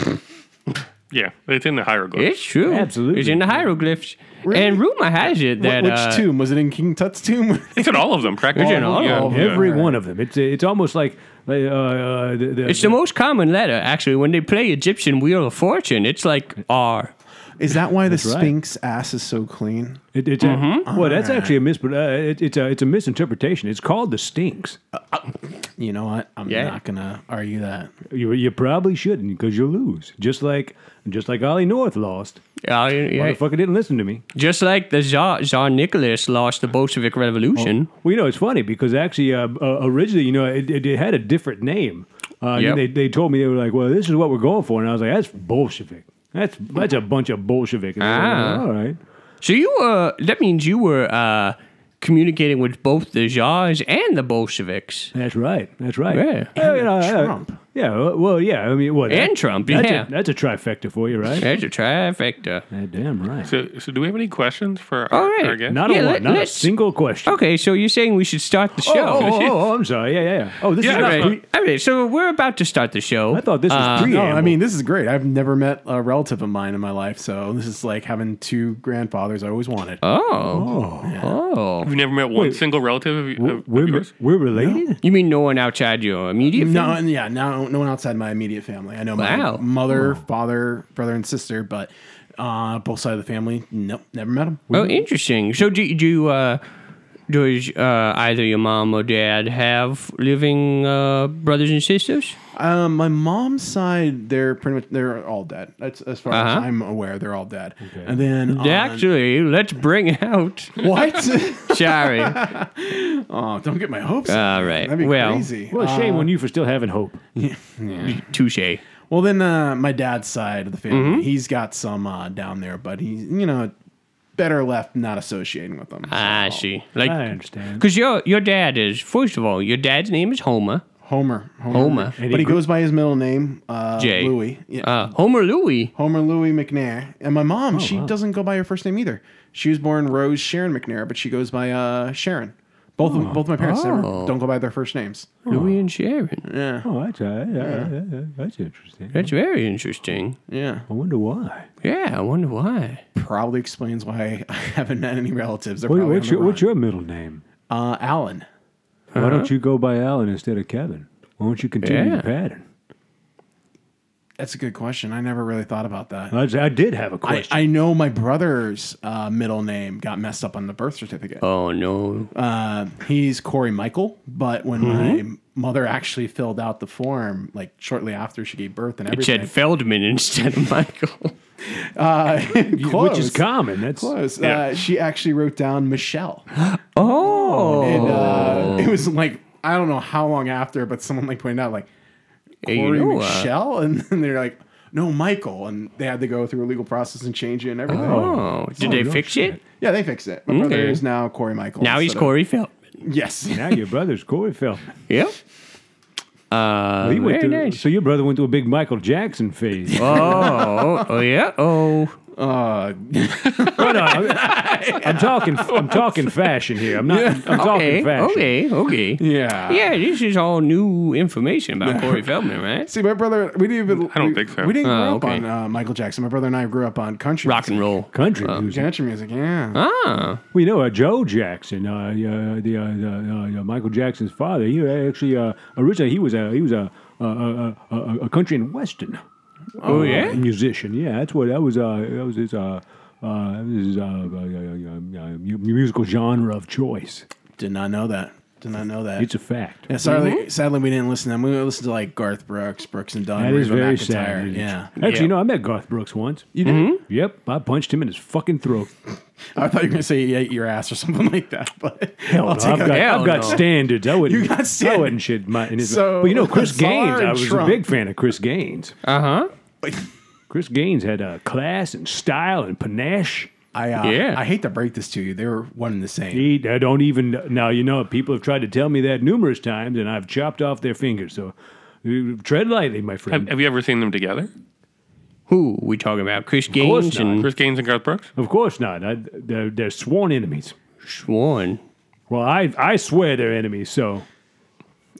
[SPEAKER 3] Yeah. It's in the hieroglyph.
[SPEAKER 1] it's true.
[SPEAKER 2] Absolutely.
[SPEAKER 1] it's in the hieroglyphs. And rumor has it
[SPEAKER 4] Wh-
[SPEAKER 1] that
[SPEAKER 4] Which
[SPEAKER 1] uh,
[SPEAKER 4] tomb? Was it in King Tut's tomb?
[SPEAKER 3] It's in all of them practically.
[SPEAKER 1] It's in all
[SPEAKER 3] yeah.
[SPEAKER 1] of
[SPEAKER 3] yeah.
[SPEAKER 2] Every one of them. It's it's almost like uh, uh, the, the,
[SPEAKER 1] It's the most common letter, actually. When they play Egyptian Wheel of Fortune, it's like R.
[SPEAKER 4] Is that why the
[SPEAKER 2] That's right.
[SPEAKER 4] Sphinx ass is so clean?
[SPEAKER 2] It, it's a, well, that's actually a mis. Uh, it, it's a it's a misinterpretation. It's called the stinks.
[SPEAKER 4] You know what? I'm
[SPEAKER 1] Yeah.
[SPEAKER 4] not gonna argue that.
[SPEAKER 2] You, you probably shouldn't because you lose. Just like just like Ollie North lost.
[SPEAKER 1] Yeah, yeah.
[SPEAKER 2] Motherfucker didn't listen to me.
[SPEAKER 1] Just like the Tsar, Tsar Nicholas lost the Bolshevik Revolution.
[SPEAKER 2] Well, you know, it's funny because actually, uh, uh, originally, you know, it, it, it had a different name. Uh, and
[SPEAKER 1] Yep.
[SPEAKER 2] they, they told me, they were like, well, this is what we're going for. And I was like, that's Bolshevik. That's that's a bunch of Bolshevik. And they were like,
[SPEAKER 1] Ah.
[SPEAKER 2] All right.
[SPEAKER 1] So you were, that means you were uh, communicating with both the Tsars and the Bolsheviks.
[SPEAKER 2] That's right. That's right.
[SPEAKER 1] Yeah.
[SPEAKER 2] Well, you know, uh,
[SPEAKER 4] Trump.
[SPEAKER 2] yeah. well- Well, yeah. I mean, what?
[SPEAKER 1] And Trump,
[SPEAKER 2] That's,
[SPEAKER 1] yeah.
[SPEAKER 2] a, that's a trifecta for you, right?
[SPEAKER 1] There's a trifecta.
[SPEAKER 2] Yeah, damn right.
[SPEAKER 3] So, so do we have any questions for
[SPEAKER 1] All
[SPEAKER 3] our,
[SPEAKER 1] right.
[SPEAKER 3] our guest?
[SPEAKER 2] Not
[SPEAKER 1] Yeah,
[SPEAKER 2] a
[SPEAKER 1] let-
[SPEAKER 2] one. Not a
[SPEAKER 1] let's- Oh,
[SPEAKER 2] single question.
[SPEAKER 1] Okay, so you're saying we should start the
[SPEAKER 2] Oh,
[SPEAKER 1] show.
[SPEAKER 2] oh, oh, oh, I'm sorry. Yeah, yeah, yeah. Oh, this
[SPEAKER 3] Yeah,
[SPEAKER 2] is not.
[SPEAKER 1] All
[SPEAKER 2] Pre-
[SPEAKER 1] right. All right, so we're about to start the show. Uh,
[SPEAKER 2] I thought this was
[SPEAKER 4] No,
[SPEAKER 2] preamble.
[SPEAKER 4] I mean this is great. I've never met a relative of mine in my life, so this is like having two grandfathers I always wanted.
[SPEAKER 1] Oh. Oh.
[SPEAKER 3] You've never met one single relative of, y- of,
[SPEAKER 2] we're, we're,
[SPEAKER 3] of yours?
[SPEAKER 2] we're related.
[SPEAKER 1] You mean no one outside your immediate
[SPEAKER 4] No,
[SPEAKER 1] family?
[SPEAKER 4] and yeah, no, no one outside my immediate family. I know my
[SPEAKER 1] Wow.
[SPEAKER 4] mother, father, brother, and sister, but uh, both sides of the family, nope, never met them.
[SPEAKER 1] Oh, interesting. So do, do you, uh, does uh, either your mom or dad have living uh, brothers and sisters?
[SPEAKER 4] Um, my mom's side, they're pretty much they're all dead. That's as far as
[SPEAKER 1] Uh-huh.
[SPEAKER 4] I'm aware, they're all dead. And then on-
[SPEAKER 1] Actually, let's bring out.
[SPEAKER 4] what?
[SPEAKER 1] Sorry.
[SPEAKER 4] oh, don't get my hopes. up.
[SPEAKER 1] All right.
[SPEAKER 4] That'd be
[SPEAKER 1] Well,
[SPEAKER 4] crazy.
[SPEAKER 2] Well, shame on you for still having hope.
[SPEAKER 1] Touche.
[SPEAKER 4] Well, then uh, my dad's side of the family, he's got some uh, down there, but he's you know better left not associating with them.
[SPEAKER 1] Ah, I
[SPEAKER 4] Ah, So,
[SPEAKER 1] see.
[SPEAKER 2] I
[SPEAKER 1] Like,
[SPEAKER 2] understand.
[SPEAKER 1] because your your dad is first of all, your dad's name is Homer.
[SPEAKER 4] Homer, Homer,
[SPEAKER 1] Homer.
[SPEAKER 4] but he, goes by his middle name, uh,
[SPEAKER 1] Jay.
[SPEAKER 4] Louis. Yeah.
[SPEAKER 1] Uh, Homer Louie.
[SPEAKER 4] Homer Louis McNair. And my mom, she doesn't go by her first name either. She was born Rose Sharon McNair, but she goes by uh, Sharon. Both of, both my parents never,
[SPEAKER 1] Oh.
[SPEAKER 4] don't go by their first names.
[SPEAKER 1] Louie and Sharon.
[SPEAKER 4] Yeah,
[SPEAKER 2] Oh, that's, uh, yeah, yeah, yeah, that's interesting.
[SPEAKER 1] That's very interesting.
[SPEAKER 4] yeah.
[SPEAKER 2] I wonder why.
[SPEAKER 1] Yeah, I wonder why.
[SPEAKER 4] Probably explains why I haven't met any relatives. They're
[SPEAKER 2] What,
[SPEAKER 4] probably
[SPEAKER 2] what's,
[SPEAKER 4] on the
[SPEAKER 2] your, what's
[SPEAKER 4] run.
[SPEAKER 2] your middle name?
[SPEAKER 4] uh, Alan?
[SPEAKER 2] Why don't you go by Alan instead of Kevin? Why don't you continue
[SPEAKER 1] Yeah.
[SPEAKER 2] the pattern?
[SPEAKER 4] That's a good question. I never really thought about that.
[SPEAKER 2] I, I did have a
[SPEAKER 4] I,
[SPEAKER 2] question.
[SPEAKER 4] I know my brother's uh, middle name got messed up on the birth certificate.
[SPEAKER 1] Oh no.
[SPEAKER 4] Uh, he's Corey Michael, but when
[SPEAKER 1] Mm-hmm.
[SPEAKER 4] my mother actually filled out the form, like shortly after she gave birth and
[SPEAKER 1] It
[SPEAKER 4] everything,
[SPEAKER 1] said Feldman instead of
[SPEAKER 4] Oh,
[SPEAKER 1] Michael.
[SPEAKER 4] uh,
[SPEAKER 2] which is
[SPEAKER 4] close.
[SPEAKER 2] common. That's
[SPEAKER 4] Close. Uh, she actually wrote down Michelle.
[SPEAKER 1] Oh.
[SPEAKER 4] And uh, it was like, I don't know how long after, but someone like pointed out, like,
[SPEAKER 1] Hey, you
[SPEAKER 4] Corey
[SPEAKER 1] know, uh,
[SPEAKER 4] Michelle? And then they're like, no, Michael. And they had to go through a legal process and change it and everything.
[SPEAKER 1] oh. Did they
[SPEAKER 2] no
[SPEAKER 1] fix it?
[SPEAKER 4] Yeah, they fixed it. My brother
[SPEAKER 1] Okay.
[SPEAKER 4] is now Corey Michael.
[SPEAKER 1] Now he's
[SPEAKER 4] instead of-
[SPEAKER 1] Corey Feldman.
[SPEAKER 4] Yes.
[SPEAKER 2] now your brother's Corey Fell.
[SPEAKER 1] Yep. Uh,
[SPEAKER 2] He
[SPEAKER 1] very
[SPEAKER 2] went through-
[SPEAKER 1] nice.
[SPEAKER 2] So your brother went through a big Michael Jackson phase. oh,
[SPEAKER 1] Oh, oh yeah. Oh.
[SPEAKER 4] Uh,
[SPEAKER 2] no, I'm, I'm talking. I'm talking fashion here. I'm not. I'm talking
[SPEAKER 1] Okay.
[SPEAKER 2] fashion.
[SPEAKER 1] Okay. Okay.
[SPEAKER 4] yeah.
[SPEAKER 1] Yeah, this is all new information about Corey Feldman, right?
[SPEAKER 4] See, my brother, we didn't even.
[SPEAKER 3] I don't
[SPEAKER 4] we-
[SPEAKER 3] think so.
[SPEAKER 4] We didn't grow
[SPEAKER 1] Oh,
[SPEAKER 4] up
[SPEAKER 1] okay.
[SPEAKER 4] on uh, Michael Jackson. My brother and I grew up on country
[SPEAKER 1] Rock and
[SPEAKER 4] music.
[SPEAKER 1] roll.
[SPEAKER 2] Country music.
[SPEAKER 4] Country music, yeah.
[SPEAKER 1] Ah,
[SPEAKER 2] Well, you know, uh, Joe Jackson, uh, uh, the, uh, the uh, uh, Michael Jackson's father. He actually uh, originally he was a he was a a, a, a, a- a country and western.
[SPEAKER 1] Oh, yeah?
[SPEAKER 2] musician. Yeah, that's what that was. Uh, that was his. Uh, uh, his uh, uh, uh, uh, uh, mu- musical genre of choice.
[SPEAKER 4] Did not know that. Did not know that.
[SPEAKER 2] It's a fact.
[SPEAKER 4] Yeah, sadly,
[SPEAKER 2] Mm-hmm.
[SPEAKER 4] sadly, we didn't listen to them. We listened to like Garth Brooks, Brooks and Dunn.
[SPEAKER 2] That is
[SPEAKER 4] Reba
[SPEAKER 2] very
[SPEAKER 4] McEntire.
[SPEAKER 2] sad.
[SPEAKER 4] Yeah,
[SPEAKER 2] Actually,
[SPEAKER 1] Yeah.
[SPEAKER 2] you know, I met Garth Brooks once.
[SPEAKER 4] you did.
[SPEAKER 2] Yep, I punched him in his fucking throat.
[SPEAKER 1] Mm-hmm.
[SPEAKER 4] I thought you were gonna say you ate your ass or something like that, but
[SPEAKER 2] Hell, no,
[SPEAKER 4] I'll take
[SPEAKER 2] I've
[SPEAKER 4] a-
[SPEAKER 2] got,
[SPEAKER 1] Hell
[SPEAKER 2] I've got
[SPEAKER 1] no.
[SPEAKER 2] standards. I wouldn't.
[SPEAKER 4] You got
[SPEAKER 2] I
[SPEAKER 4] standards.
[SPEAKER 2] wouldn't shit my. In his
[SPEAKER 4] So,
[SPEAKER 2] but you know, Chris
[SPEAKER 4] Czar
[SPEAKER 2] Gaines.
[SPEAKER 4] and
[SPEAKER 2] I was
[SPEAKER 4] Trump.
[SPEAKER 2] a big fan of Chris Gaines.
[SPEAKER 1] uh huh.
[SPEAKER 2] Chris Gaines had uh, class and style and panache.
[SPEAKER 4] I uh,
[SPEAKER 1] Yeah.
[SPEAKER 4] I hate to break this to you, they were one and the same.
[SPEAKER 2] He, I don't even now. You know, people have tried to tell me that numerous times, and I've chopped off their fingers. So uh, tread lightly, my
[SPEAKER 3] Have,
[SPEAKER 2] friend.
[SPEAKER 3] have you ever seen them together?
[SPEAKER 1] Who we talking about? Chris
[SPEAKER 2] course
[SPEAKER 1] Gaines
[SPEAKER 2] not.
[SPEAKER 1] and
[SPEAKER 3] Chris Gaines and Garth Brooks?
[SPEAKER 2] of course not. I, they're, they're sworn enemies.
[SPEAKER 1] Swan.
[SPEAKER 2] Well, I I swear they're enemies. So
[SPEAKER 4] All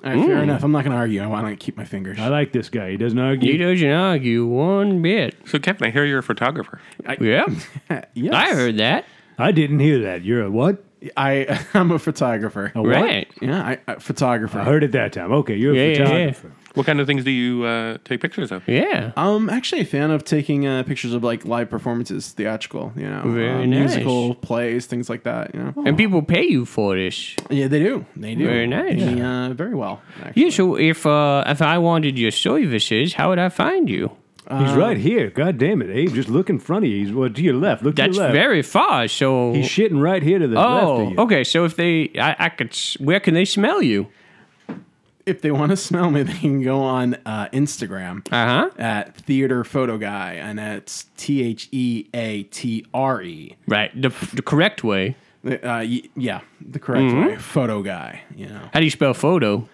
[SPEAKER 4] right, fair enough. I'm not gonna argue. I want to keep my fingers.
[SPEAKER 2] I like this guy. He doesn't
[SPEAKER 1] He
[SPEAKER 2] argue.
[SPEAKER 1] doesn't argue one bit.
[SPEAKER 3] So, Kevin, I hear you're a photographer.
[SPEAKER 1] yeah,
[SPEAKER 4] yes.
[SPEAKER 1] I heard that.
[SPEAKER 2] I didn't hear that. You're a what?
[SPEAKER 4] I I'm a photographer.
[SPEAKER 2] what?
[SPEAKER 1] Right.
[SPEAKER 4] Yeah, I, I photographer.
[SPEAKER 2] I heard it that time. Okay, you're
[SPEAKER 1] Yeah,
[SPEAKER 2] a
[SPEAKER 1] yeah, yeah.
[SPEAKER 2] photographer.
[SPEAKER 3] What kind of things do you uh, take pictures of?
[SPEAKER 1] Yeah.
[SPEAKER 4] I'm actually a fan of taking uh, pictures of like live performances, theatrical, you know,
[SPEAKER 1] Very
[SPEAKER 4] uh,
[SPEAKER 1] nice.
[SPEAKER 4] musical plays, things like that. You know,
[SPEAKER 1] And people pay you for this.
[SPEAKER 4] yeah, they do, they do,
[SPEAKER 1] Very nice.
[SPEAKER 4] They, uh, very well. Actually.
[SPEAKER 1] Yeah, so if uh, if I wanted your services, how would I find you?
[SPEAKER 2] He's right here. God damn it, Abe! Just look in front of you. He's well to your left. Look
[SPEAKER 1] That's
[SPEAKER 2] to your left.
[SPEAKER 1] very far. So
[SPEAKER 2] He's shitting right here to the left
[SPEAKER 1] oh,
[SPEAKER 2] of you.
[SPEAKER 1] okay. So if they, I, I could, s- where can they smell you?
[SPEAKER 4] If they want to smell me, they can go on uh, Instagram
[SPEAKER 1] Uh huh.
[SPEAKER 4] at theater photo guy, and that's T H E A T R E.
[SPEAKER 1] Right. The, the correct way.
[SPEAKER 4] Uh, y- yeah, the correct
[SPEAKER 1] Mm-hmm.
[SPEAKER 4] way, photo guy. You know,
[SPEAKER 1] How do you spell photo?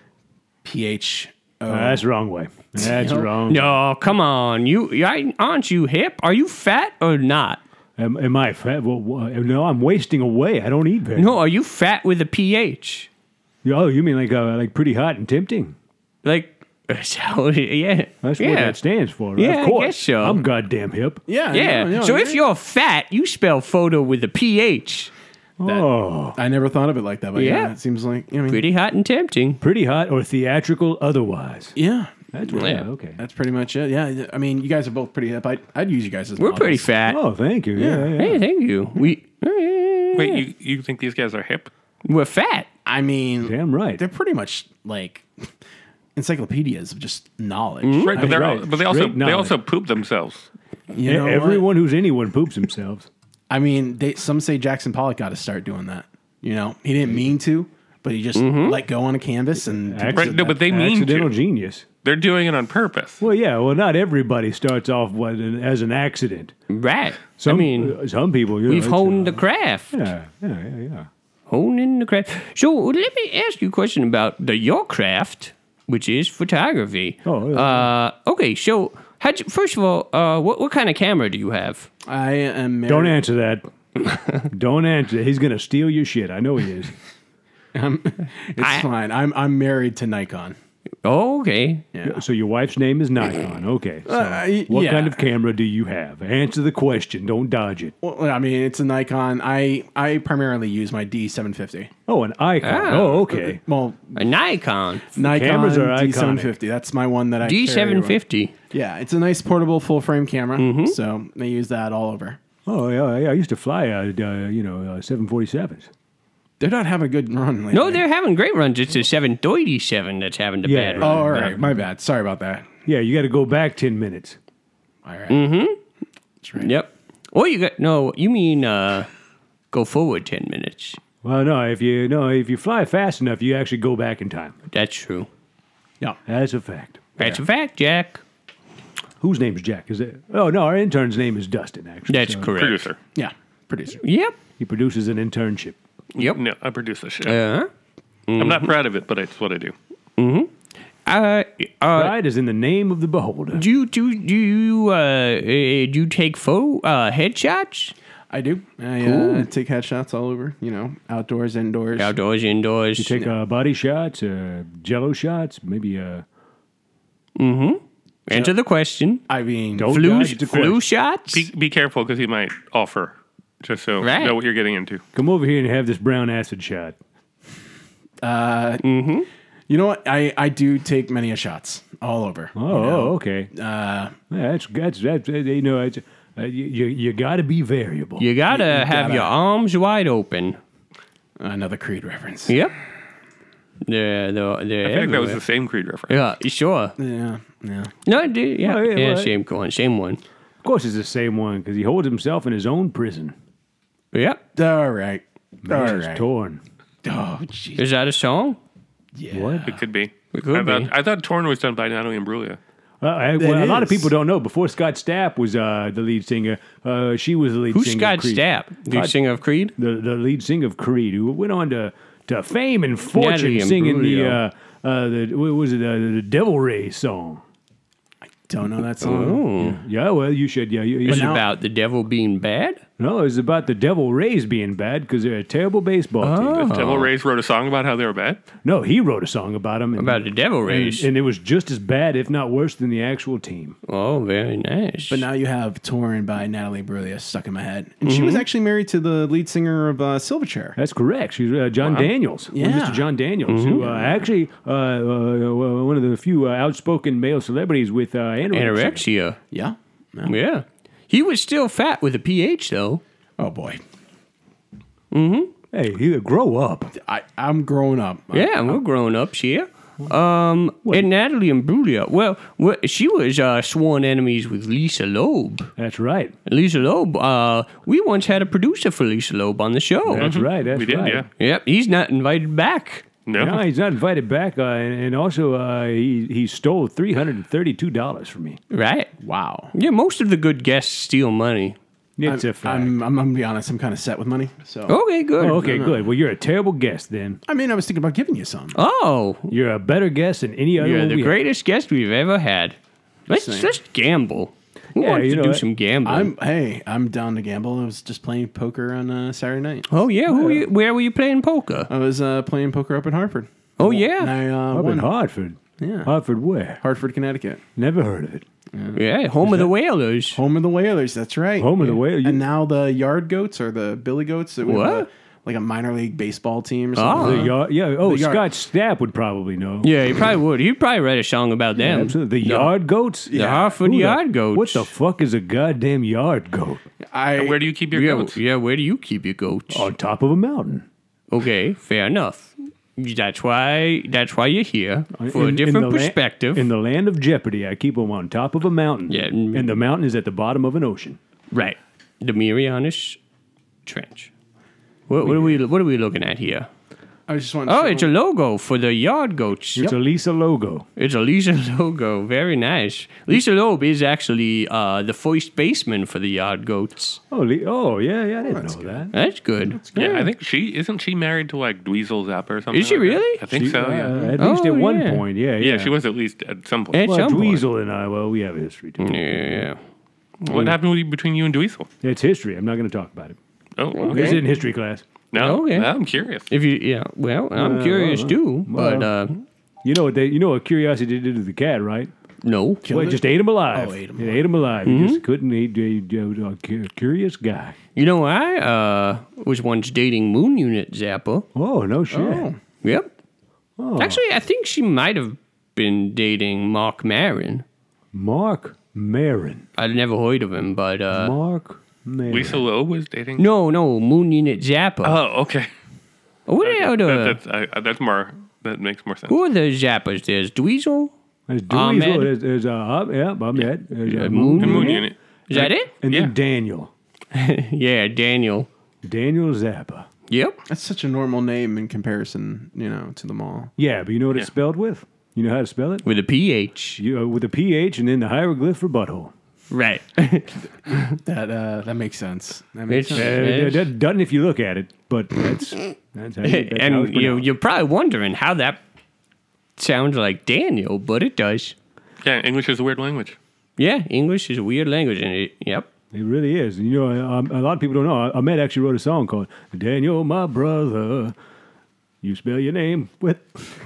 [SPEAKER 4] P H
[SPEAKER 2] Uh,
[SPEAKER 4] O.
[SPEAKER 2] that's the wrong way. That's
[SPEAKER 4] Nope.
[SPEAKER 2] wrong.
[SPEAKER 1] No, come on. You you- aren't you hip? Are you fat or not?
[SPEAKER 2] Am, am I fat? Well, wha- no, I'm wasting away. I don't eat very.
[SPEAKER 1] No, are you fat with a ph?
[SPEAKER 2] Oh, you mean like uh, like pretty hot and tempting?
[SPEAKER 1] Like, so, yeah,
[SPEAKER 2] That's
[SPEAKER 1] yeah.
[SPEAKER 2] what that stands for. Right?
[SPEAKER 1] Yeah, I
[SPEAKER 2] of course.
[SPEAKER 1] guess so.
[SPEAKER 2] I'm goddamn hip.
[SPEAKER 4] Yeah,
[SPEAKER 1] Yeah.
[SPEAKER 4] no, no,
[SPEAKER 1] so
[SPEAKER 4] yeah.
[SPEAKER 1] if you're fat, you spell photo with a ph.
[SPEAKER 2] Oh,
[SPEAKER 4] I never thought of it like that, but yeah,
[SPEAKER 1] Yeah.
[SPEAKER 4] it seems like I mean,
[SPEAKER 1] Pretty hot and tempting.
[SPEAKER 2] pretty hot or theatrical otherwise.
[SPEAKER 4] yeah,
[SPEAKER 2] That's what.
[SPEAKER 1] Yeah.
[SPEAKER 2] Yeah. Okay.
[SPEAKER 4] That's pretty much it. Yeah, I mean, you guys are both pretty hip. I'd, I'd use you guys as
[SPEAKER 1] We're
[SPEAKER 4] models.
[SPEAKER 1] pretty fat.
[SPEAKER 2] Oh, thank you. Yeah. yeah,
[SPEAKER 1] Hey, thank you. We
[SPEAKER 3] Wait, you, you think these guys are hip?
[SPEAKER 1] we're fat.
[SPEAKER 4] I mean,
[SPEAKER 2] Damn right.
[SPEAKER 4] They're pretty much like encyclopedias of just knowledge.
[SPEAKER 1] Mm-hmm.
[SPEAKER 3] Right, but, they're,
[SPEAKER 2] right.
[SPEAKER 3] but they also
[SPEAKER 2] Straight
[SPEAKER 3] they
[SPEAKER 2] knowledge.
[SPEAKER 3] also poop themselves.
[SPEAKER 4] You
[SPEAKER 2] E-
[SPEAKER 4] know what?
[SPEAKER 2] Everyone who's anyone poops themselves.
[SPEAKER 4] I mean, they, some say Jackson Pollock got to start doing that. You know, he didn't mean to, but he just
[SPEAKER 1] Mm-hmm.
[SPEAKER 4] let go on a canvas and
[SPEAKER 2] Acci-
[SPEAKER 3] Right, no, but they mean
[SPEAKER 2] accidental
[SPEAKER 3] to.
[SPEAKER 2] genius.
[SPEAKER 3] They're doing it on purpose.
[SPEAKER 2] Well, yeah. Well, not everybody starts off with an, as an accident.
[SPEAKER 1] Right.
[SPEAKER 2] Some,
[SPEAKER 1] I mean,
[SPEAKER 2] uh, some people. You know,
[SPEAKER 1] we've
[SPEAKER 2] it's,
[SPEAKER 1] honed
[SPEAKER 2] uh,
[SPEAKER 1] the craft.
[SPEAKER 2] Yeah, yeah, yeah, yeah.
[SPEAKER 1] Honing the craft. So let me ask you a question about the your craft, which is photography.
[SPEAKER 2] Oh, yeah.
[SPEAKER 1] Uh, okay. So, how'd you, first of all, uh, what what kind of camera do you have?
[SPEAKER 4] I am married.
[SPEAKER 2] Don't answer that. Don't answer. that. He's gonna steal your shit. I know he is.
[SPEAKER 4] it's
[SPEAKER 1] I-
[SPEAKER 4] fine. I'm I'm married to Nikon.
[SPEAKER 1] Oh, okay.
[SPEAKER 4] Yeah.
[SPEAKER 2] So your wife's name is Nikon. Okay.
[SPEAKER 1] Uh,
[SPEAKER 2] So
[SPEAKER 4] I-
[SPEAKER 2] what
[SPEAKER 4] yeah.
[SPEAKER 2] kind of camera do you have? Answer the question. Don't dodge it.
[SPEAKER 4] Well, I mean, it's a Nikon. I I primarily use my D750.
[SPEAKER 2] Oh, an icon.
[SPEAKER 1] Ah.
[SPEAKER 2] Oh, okay.
[SPEAKER 4] Well,
[SPEAKER 1] A Nikon
[SPEAKER 4] Nikon
[SPEAKER 2] cameras are
[SPEAKER 4] D750. That's my one that I carry around.
[SPEAKER 1] D750.
[SPEAKER 4] Yeah, it's a nice portable full frame camera.
[SPEAKER 2] Mm-hmm.
[SPEAKER 4] So they use that all over.
[SPEAKER 2] Oh, yeah. yeah. I used to fly, uh, uh, you know, uh, 747s.
[SPEAKER 4] They're not having a good run lately.
[SPEAKER 1] No, they're having great runs. It's a 737 that's having the
[SPEAKER 2] Yeah.
[SPEAKER 1] bad
[SPEAKER 4] Oh,
[SPEAKER 1] run.
[SPEAKER 4] all right. My bad. Sorry about that.
[SPEAKER 2] Yeah, you got to go back 10 minutes.
[SPEAKER 4] All right.
[SPEAKER 2] Mm.
[SPEAKER 1] Yep. Or you got no. You mean uh, go forward ten minutes?
[SPEAKER 2] Well, no, if you no, if you fly fast enough, you actually go back in time.
[SPEAKER 1] That's true.
[SPEAKER 4] Yeah.
[SPEAKER 2] That's a fact.
[SPEAKER 1] That's a fact, Jack.
[SPEAKER 2] Whose name's Jack? Is it? Oh no, our intern's name is Dustin. Actually,
[SPEAKER 1] That's
[SPEAKER 2] so
[SPEAKER 1] correct.
[SPEAKER 3] Producer.
[SPEAKER 4] Yeah. Producer.
[SPEAKER 1] Yep.
[SPEAKER 2] He produces an internship.
[SPEAKER 1] Yep.
[SPEAKER 3] No, I produce this shit.
[SPEAKER 1] Uh-huh.
[SPEAKER 3] I'm not proud of it, but it's what I do.
[SPEAKER 1] Uh, uh,
[SPEAKER 2] Pride is in the name of the beholder.
[SPEAKER 1] do you do do you uh, uh, do you take photo uh, headshots
[SPEAKER 4] I do. I uh, take headshots all over, you know, outdoors, indoors.
[SPEAKER 1] outdoors indoors?
[SPEAKER 2] You take uh, body shots, uh, jello shots, maybe. Uh,
[SPEAKER 1] Answer the question.
[SPEAKER 4] I mean,
[SPEAKER 2] Don't-
[SPEAKER 1] Flu
[SPEAKER 2] dodge the
[SPEAKER 1] flu shots.
[SPEAKER 3] Be, be careful because he might offer, just so
[SPEAKER 1] Right.
[SPEAKER 3] you know what you're getting into.
[SPEAKER 2] come over here and have this brown acid shot.
[SPEAKER 4] you know what? I, I do take many a shots all over.
[SPEAKER 2] Oh, oh, okay. Uh, that's that's that's uh, you know it's, uh, you you, you got to be variable.
[SPEAKER 1] You gotta have
[SPEAKER 4] gotta-
[SPEAKER 1] your arms wide open.
[SPEAKER 4] Another Creed reference.
[SPEAKER 1] Yep. They're, they're, they're
[SPEAKER 3] I think that was
[SPEAKER 1] everywhere.
[SPEAKER 3] the same Creed reference.
[SPEAKER 1] yeah, sure.
[SPEAKER 4] Yeah. Yeah.
[SPEAKER 1] No, dude, yeah,
[SPEAKER 2] Oh,
[SPEAKER 1] yeah,
[SPEAKER 2] yeah, well, I-
[SPEAKER 1] same one, same one.
[SPEAKER 2] Of course, it's the same one because he holds himself in his own prison.
[SPEAKER 1] Yep.
[SPEAKER 4] All right. all
[SPEAKER 2] He's
[SPEAKER 4] right.
[SPEAKER 2] torn.
[SPEAKER 4] oh, jeez.
[SPEAKER 1] Is that a song?
[SPEAKER 4] Yeah.
[SPEAKER 2] What?
[SPEAKER 3] It could be.
[SPEAKER 1] It could
[SPEAKER 3] I, thought,
[SPEAKER 1] be.
[SPEAKER 3] I thought Torn was done by Natalie Imbruglia.
[SPEAKER 2] Uh, I- well, a lot of
[SPEAKER 4] is.
[SPEAKER 2] people don't know. Before Scott Stapp was uh, the lead singer, uh, she was the lead
[SPEAKER 1] Who's
[SPEAKER 2] singer.
[SPEAKER 1] Scott
[SPEAKER 2] of Creed.
[SPEAKER 1] Stapp? The
[SPEAKER 2] God-
[SPEAKER 1] singer of Creed?
[SPEAKER 2] the, the lead singer of Creed, who went on to, to fame and fortune
[SPEAKER 1] Natalie
[SPEAKER 2] singing the,
[SPEAKER 1] Imbruglia.
[SPEAKER 2] uh, uh, the what was it, uh, the Devil Ray song.
[SPEAKER 4] Don't know that song.
[SPEAKER 1] Oh.
[SPEAKER 2] Yeah, well, you should. Yeah, you, you
[SPEAKER 1] Is it
[SPEAKER 2] should-
[SPEAKER 1] about the devil being bad?
[SPEAKER 2] No, it's about the Devil Rays being bad because they're a terrible baseball team.
[SPEAKER 1] Oh.
[SPEAKER 3] Devil Rays wrote a song about how they were bad.
[SPEAKER 2] No, he wrote a song about them. And,
[SPEAKER 1] About the devil
[SPEAKER 2] and,
[SPEAKER 1] race.
[SPEAKER 2] and it was just as bad, if not worse, than the actual team.
[SPEAKER 1] oh, very nice.
[SPEAKER 4] But now you have Torn by Natalie Brulia stuck in my head. And
[SPEAKER 2] Mm-hmm.
[SPEAKER 4] she was actually married to the lead singer of uh, Silverchair.
[SPEAKER 2] That's correct. She's uh, John Daniels, Or
[SPEAKER 4] Yeah.
[SPEAKER 2] Mr. John Daniels,
[SPEAKER 1] Mm-hmm.
[SPEAKER 2] who uh, actually uh, uh, one of the few uh, outspoken male celebrities with uh, anorexia.
[SPEAKER 1] Anorexia.
[SPEAKER 4] Yeah. No.
[SPEAKER 1] Yeah. He was still fat with a pH, though.
[SPEAKER 4] Oh boy.
[SPEAKER 2] Hey, he grow up.
[SPEAKER 4] I, I'm growing up.
[SPEAKER 1] Yeah, we're grown ups here. Um, and Natalie and Brulia. Well, wha- she was uh, sworn enemies with Lisa Loeb.
[SPEAKER 2] That's right.
[SPEAKER 1] Lisa Loeb. Uh, we once had a producer for Lisa Loeb on the show.
[SPEAKER 2] That's right. That's
[SPEAKER 3] We did,
[SPEAKER 2] right.
[SPEAKER 3] yeah.
[SPEAKER 1] Yep, he's not invited back.
[SPEAKER 3] No,
[SPEAKER 2] No, he's not invited back, uh, and, and also uh, he he stole three hundred and thirty-two dollars from me.
[SPEAKER 1] Right.
[SPEAKER 4] Wow.
[SPEAKER 1] Yeah, most of the good guests steal money.
[SPEAKER 2] It's a fact.
[SPEAKER 4] I'm, I'm, I'm gonna be honest. I'm kind of set with money. So
[SPEAKER 1] Okay, good.
[SPEAKER 2] Oh, okay, good. Well, you're a terrible guest then.
[SPEAKER 4] I mean, I was thinking about giving you some.
[SPEAKER 1] Oh,
[SPEAKER 2] You're a better guest than any other
[SPEAKER 1] you're
[SPEAKER 2] one
[SPEAKER 1] the
[SPEAKER 2] we had.
[SPEAKER 1] greatest guest we've ever had. Let's
[SPEAKER 4] Same.
[SPEAKER 1] just gamble. We
[SPEAKER 2] Yeah,
[SPEAKER 1] want
[SPEAKER 2] you
[SPEAKER 1] to
[SPEAKER 2] know
[SPEAKER 1] do
[SPEAKER 2] what?
[SPEAKER 1] some gambling.
[SPEAKER 4] I'm hey, I'm down to gamble. I was just playing poker on uh, Saturday night.
[SPEAKER 1] oh yeah, who were you, where were you playing poker?
[SPEAKER 4] I was uh, playing poker up in Hartford.
[SPEAKER 1] Oh yeah,
[SPEAKER 4] And I uh,
[SPEAKER 2] Up in
[SPEAKER 4] won
[SPEAKER 2] Hartford.
[SPEAKER 4] Yeah.
[SPEAKER 2] Hartford where?
[SPEAKER 4] Hartford, Connecticut,
[SPEAKER 2] Never heard of it.
[SPEAKER 1] yeah, home of the whalers.
[SPEAKER 4] home of the Whalers. That's right,
[SPEAKER 2] Home of the Whalers.
[SPEAKER 4] And now the Yard Goats or the Billy Goats. that we have
[SPEAKER 1] What?
[SPEAKER 4] a- Like a minor league baseball team or
[SPEAKER 1] Oh.
[SPEAKER 4] something.
[SPEAKER 2] The yard, yeah. Oh,
[SPEAKER 4] Uh-huh. The yard.
[SPEAKER 2] Scott Stapp would probably know.
[SPEAKER 1] Yeah, you probably would. You probably write a song about them.
[SPEAKER 2] Absolutely. The yard goats.
[SPEAKER 1] The Hartford
[SPEAKER 2] Who the-
[SPEAKER 1] yard goats.
[SPEAKER 2] What the fuck is a goddamn yard goat
[SPEAKER 4] I
[SPEAKER 3] where do you keep your
[SPEAKER 1] yeah,
[SPEAKER 3] goats?
[SPEAKER 1] yeah, where do you keep your goats?
[SPEAKER 2] on top of a mountain?
[SPEAKER 1] Okay, fair enough. That's why. That's why you're here for
[SPEAKER 2] Oh, In-
[SPEAKER 1] a
[SPEAKER 2] in
[SPEAKER 1] different
[SPEAKER 2] the la-
[SPEAKER 1] perspective.
[SPEAKER 2] in the land of jeopardy, I keep them on top of a mountain.
[SPEAKER 1] Yeah.
[SPEAKER 2] And the mountain is at the bottom of an ocean.
[SPEAKER 1] Right. The Mirianish Trench. What, what are we what are we looking at here?
[SPEAKER 4] I was just wanted.
[SPEAKER 1] Oh,
[SPEAKER 4] to
[SPEAKER 1] it's a logo for the Yard Goats.
[SPEAKER 2] It's a Lisa logo.
[SPEAKER 1] It's a Lisa logo. Very nice. Lisa Loeb is actually uh, the first baseman for the Yard Goats.
[SPEAKER 2] Oh, Le- oh yeah, yeah. I didn't know that.
[SPEAKER 1] That's good.
[SPEAKER 3] Yeah, I think she isn't she married to like Dweezil Zappa or something.
[SPEAKER 1] Is she
[SPEAKER 3] like that?
[SPEAKER 1] really?
[SPEAKER 3] I think
[SPEAKER 2] She-
[SPEAKER 3] so. Yeah.
[SPEAKER 2] uh, at least
[SPEAKER 1] Oh,
[SPEAKER 2] at one
[SPEAKER 1] yeah.
[SPEAKER 2] point. Yeah,
[SPEAKER 3] yeah,
[SPEAKER 2] yeah.
[SPEAKER 3] she was at least at some point.
[SPEAKER 1] At
[SPEAKER 2] Well,
[SPEAKER 1] some point.
[SPEAKER 2] Dweezil and I. Well, we have history too.
[SPEAKER 1] Yeah, yeah.
[SPEAKER 3] what happened with you, between you and Dweezil?
[SPEAKER 2] It's history. I'm not going to talk about it.
[SPEAKER 3] Oh,
[SPEAKER 2] It's
[SPEAKER 3] okay.
[SPEAKER 2] in history class.
[SPEAKER 3] No,
[SPEAKER 1] Okay.
[SPEAKER 3] I'm curious.
[SPEAKER 1] If you, yeah. Well, I'm
[SPEAKER 2] Well,
[SPEAKER 1] curious
[SPEAKER 2] well,
[SPEAKER 1] too,
[SPEAKER 2] well.
[SPEAKER 1] but uh,
[SPEAKER 2] You know what they? You know what curiosity did to the cat, right?
[SPEAKER 1] no.
[SPEAKER 2] Well, it just ate him alive.
[SPEAKER 4] Oh, ate 'em
[SPEAKER 2] It ate him alive. He just couldn't eat. He, he was a cu- curious guy.
[SPEAKER 1] You know, I uh, was once dating Moon Unit Zappa.
[SPEAKER 2] Oh no shit.
[SPEAKER 1] Yep.
[SPEAKER 2] Oh.
[SPEAKER 1] Actually, I think she might have been dating Mark Marin.
[SPEAKER 2] Mark Marin.
[SPEAKER 1] I'd never heard of him, but uh,
[SPEAKER 2] Mark Marin.
[SPEAKER 3] Lisa Loeb was dating.
[SPEAKER 1] no, no, Moon Unit Zappa. Oh,
[SPEAKER 3] Oh, okay.
[SPEAKER 1] what are the
[SPEAKER 3] That, that's I, I- that's more. That makes more sense.
[SPEAKER 1] who are the Zappas? There's Dweezil.
[SPEAKER 2] There's Dewey's
[SPEAKER 1] Ahmed.
[SPEAKER 2] Lord. There's, there's uh, Ab- yeah, Ahmed. There's, uh,
[SPEAKER 1] Moon
[SPEAKER 2] Moon,
[SPEAKER 3] And Moon Unit.
[SPEAKER 1] Is that it?
[SPEAKER 2] and
[SPEAKER 3] Yeah.
[SPEAKER 2] then Daniel.
[SPEAKER 1] yeah, Daniel.
[SPEAKER 2] Daniel Zappa.
[SPEAKER 1] Yep.
[SPEAKER 4] That's such a normal name in comparison, you know, to them all.
[SPEAKER 2] Yeah, but you know what it's spelled with? You know how to spell it?
[SPEAKER 1] With a PH.
[SPEAKER 2] You, uh, with a PH and then the hieroglyph for butthole.
[SPEAKER 1] Right.
[SPEAKER 4] That uh, that makes sense. That makes
[SPEAKER 1] It's-
[SPEAKER 4] sense.
[SPEAKER 2] Uh,
[SPEAKER 1] Yes.
[SPEAKER 2] that doesn't if you look at it, but that's that's how you, that's how it's
[SPEAKER 1] and you,
[SPEAKER 2] pronounced.
[SPEAKER 1] you're probably wondering how that sounds like Daniel, but it does.
[SPEAKER 3] Yeah, English is a weird language.
[SPEAKER 1] Yeah, English is a weird language, and it, yep.
[SPEAKER 2] It really is. And, you know, um, a lot of people don't know. Ahmed actually wrote a song called Daniel, my brother. You spell your name with.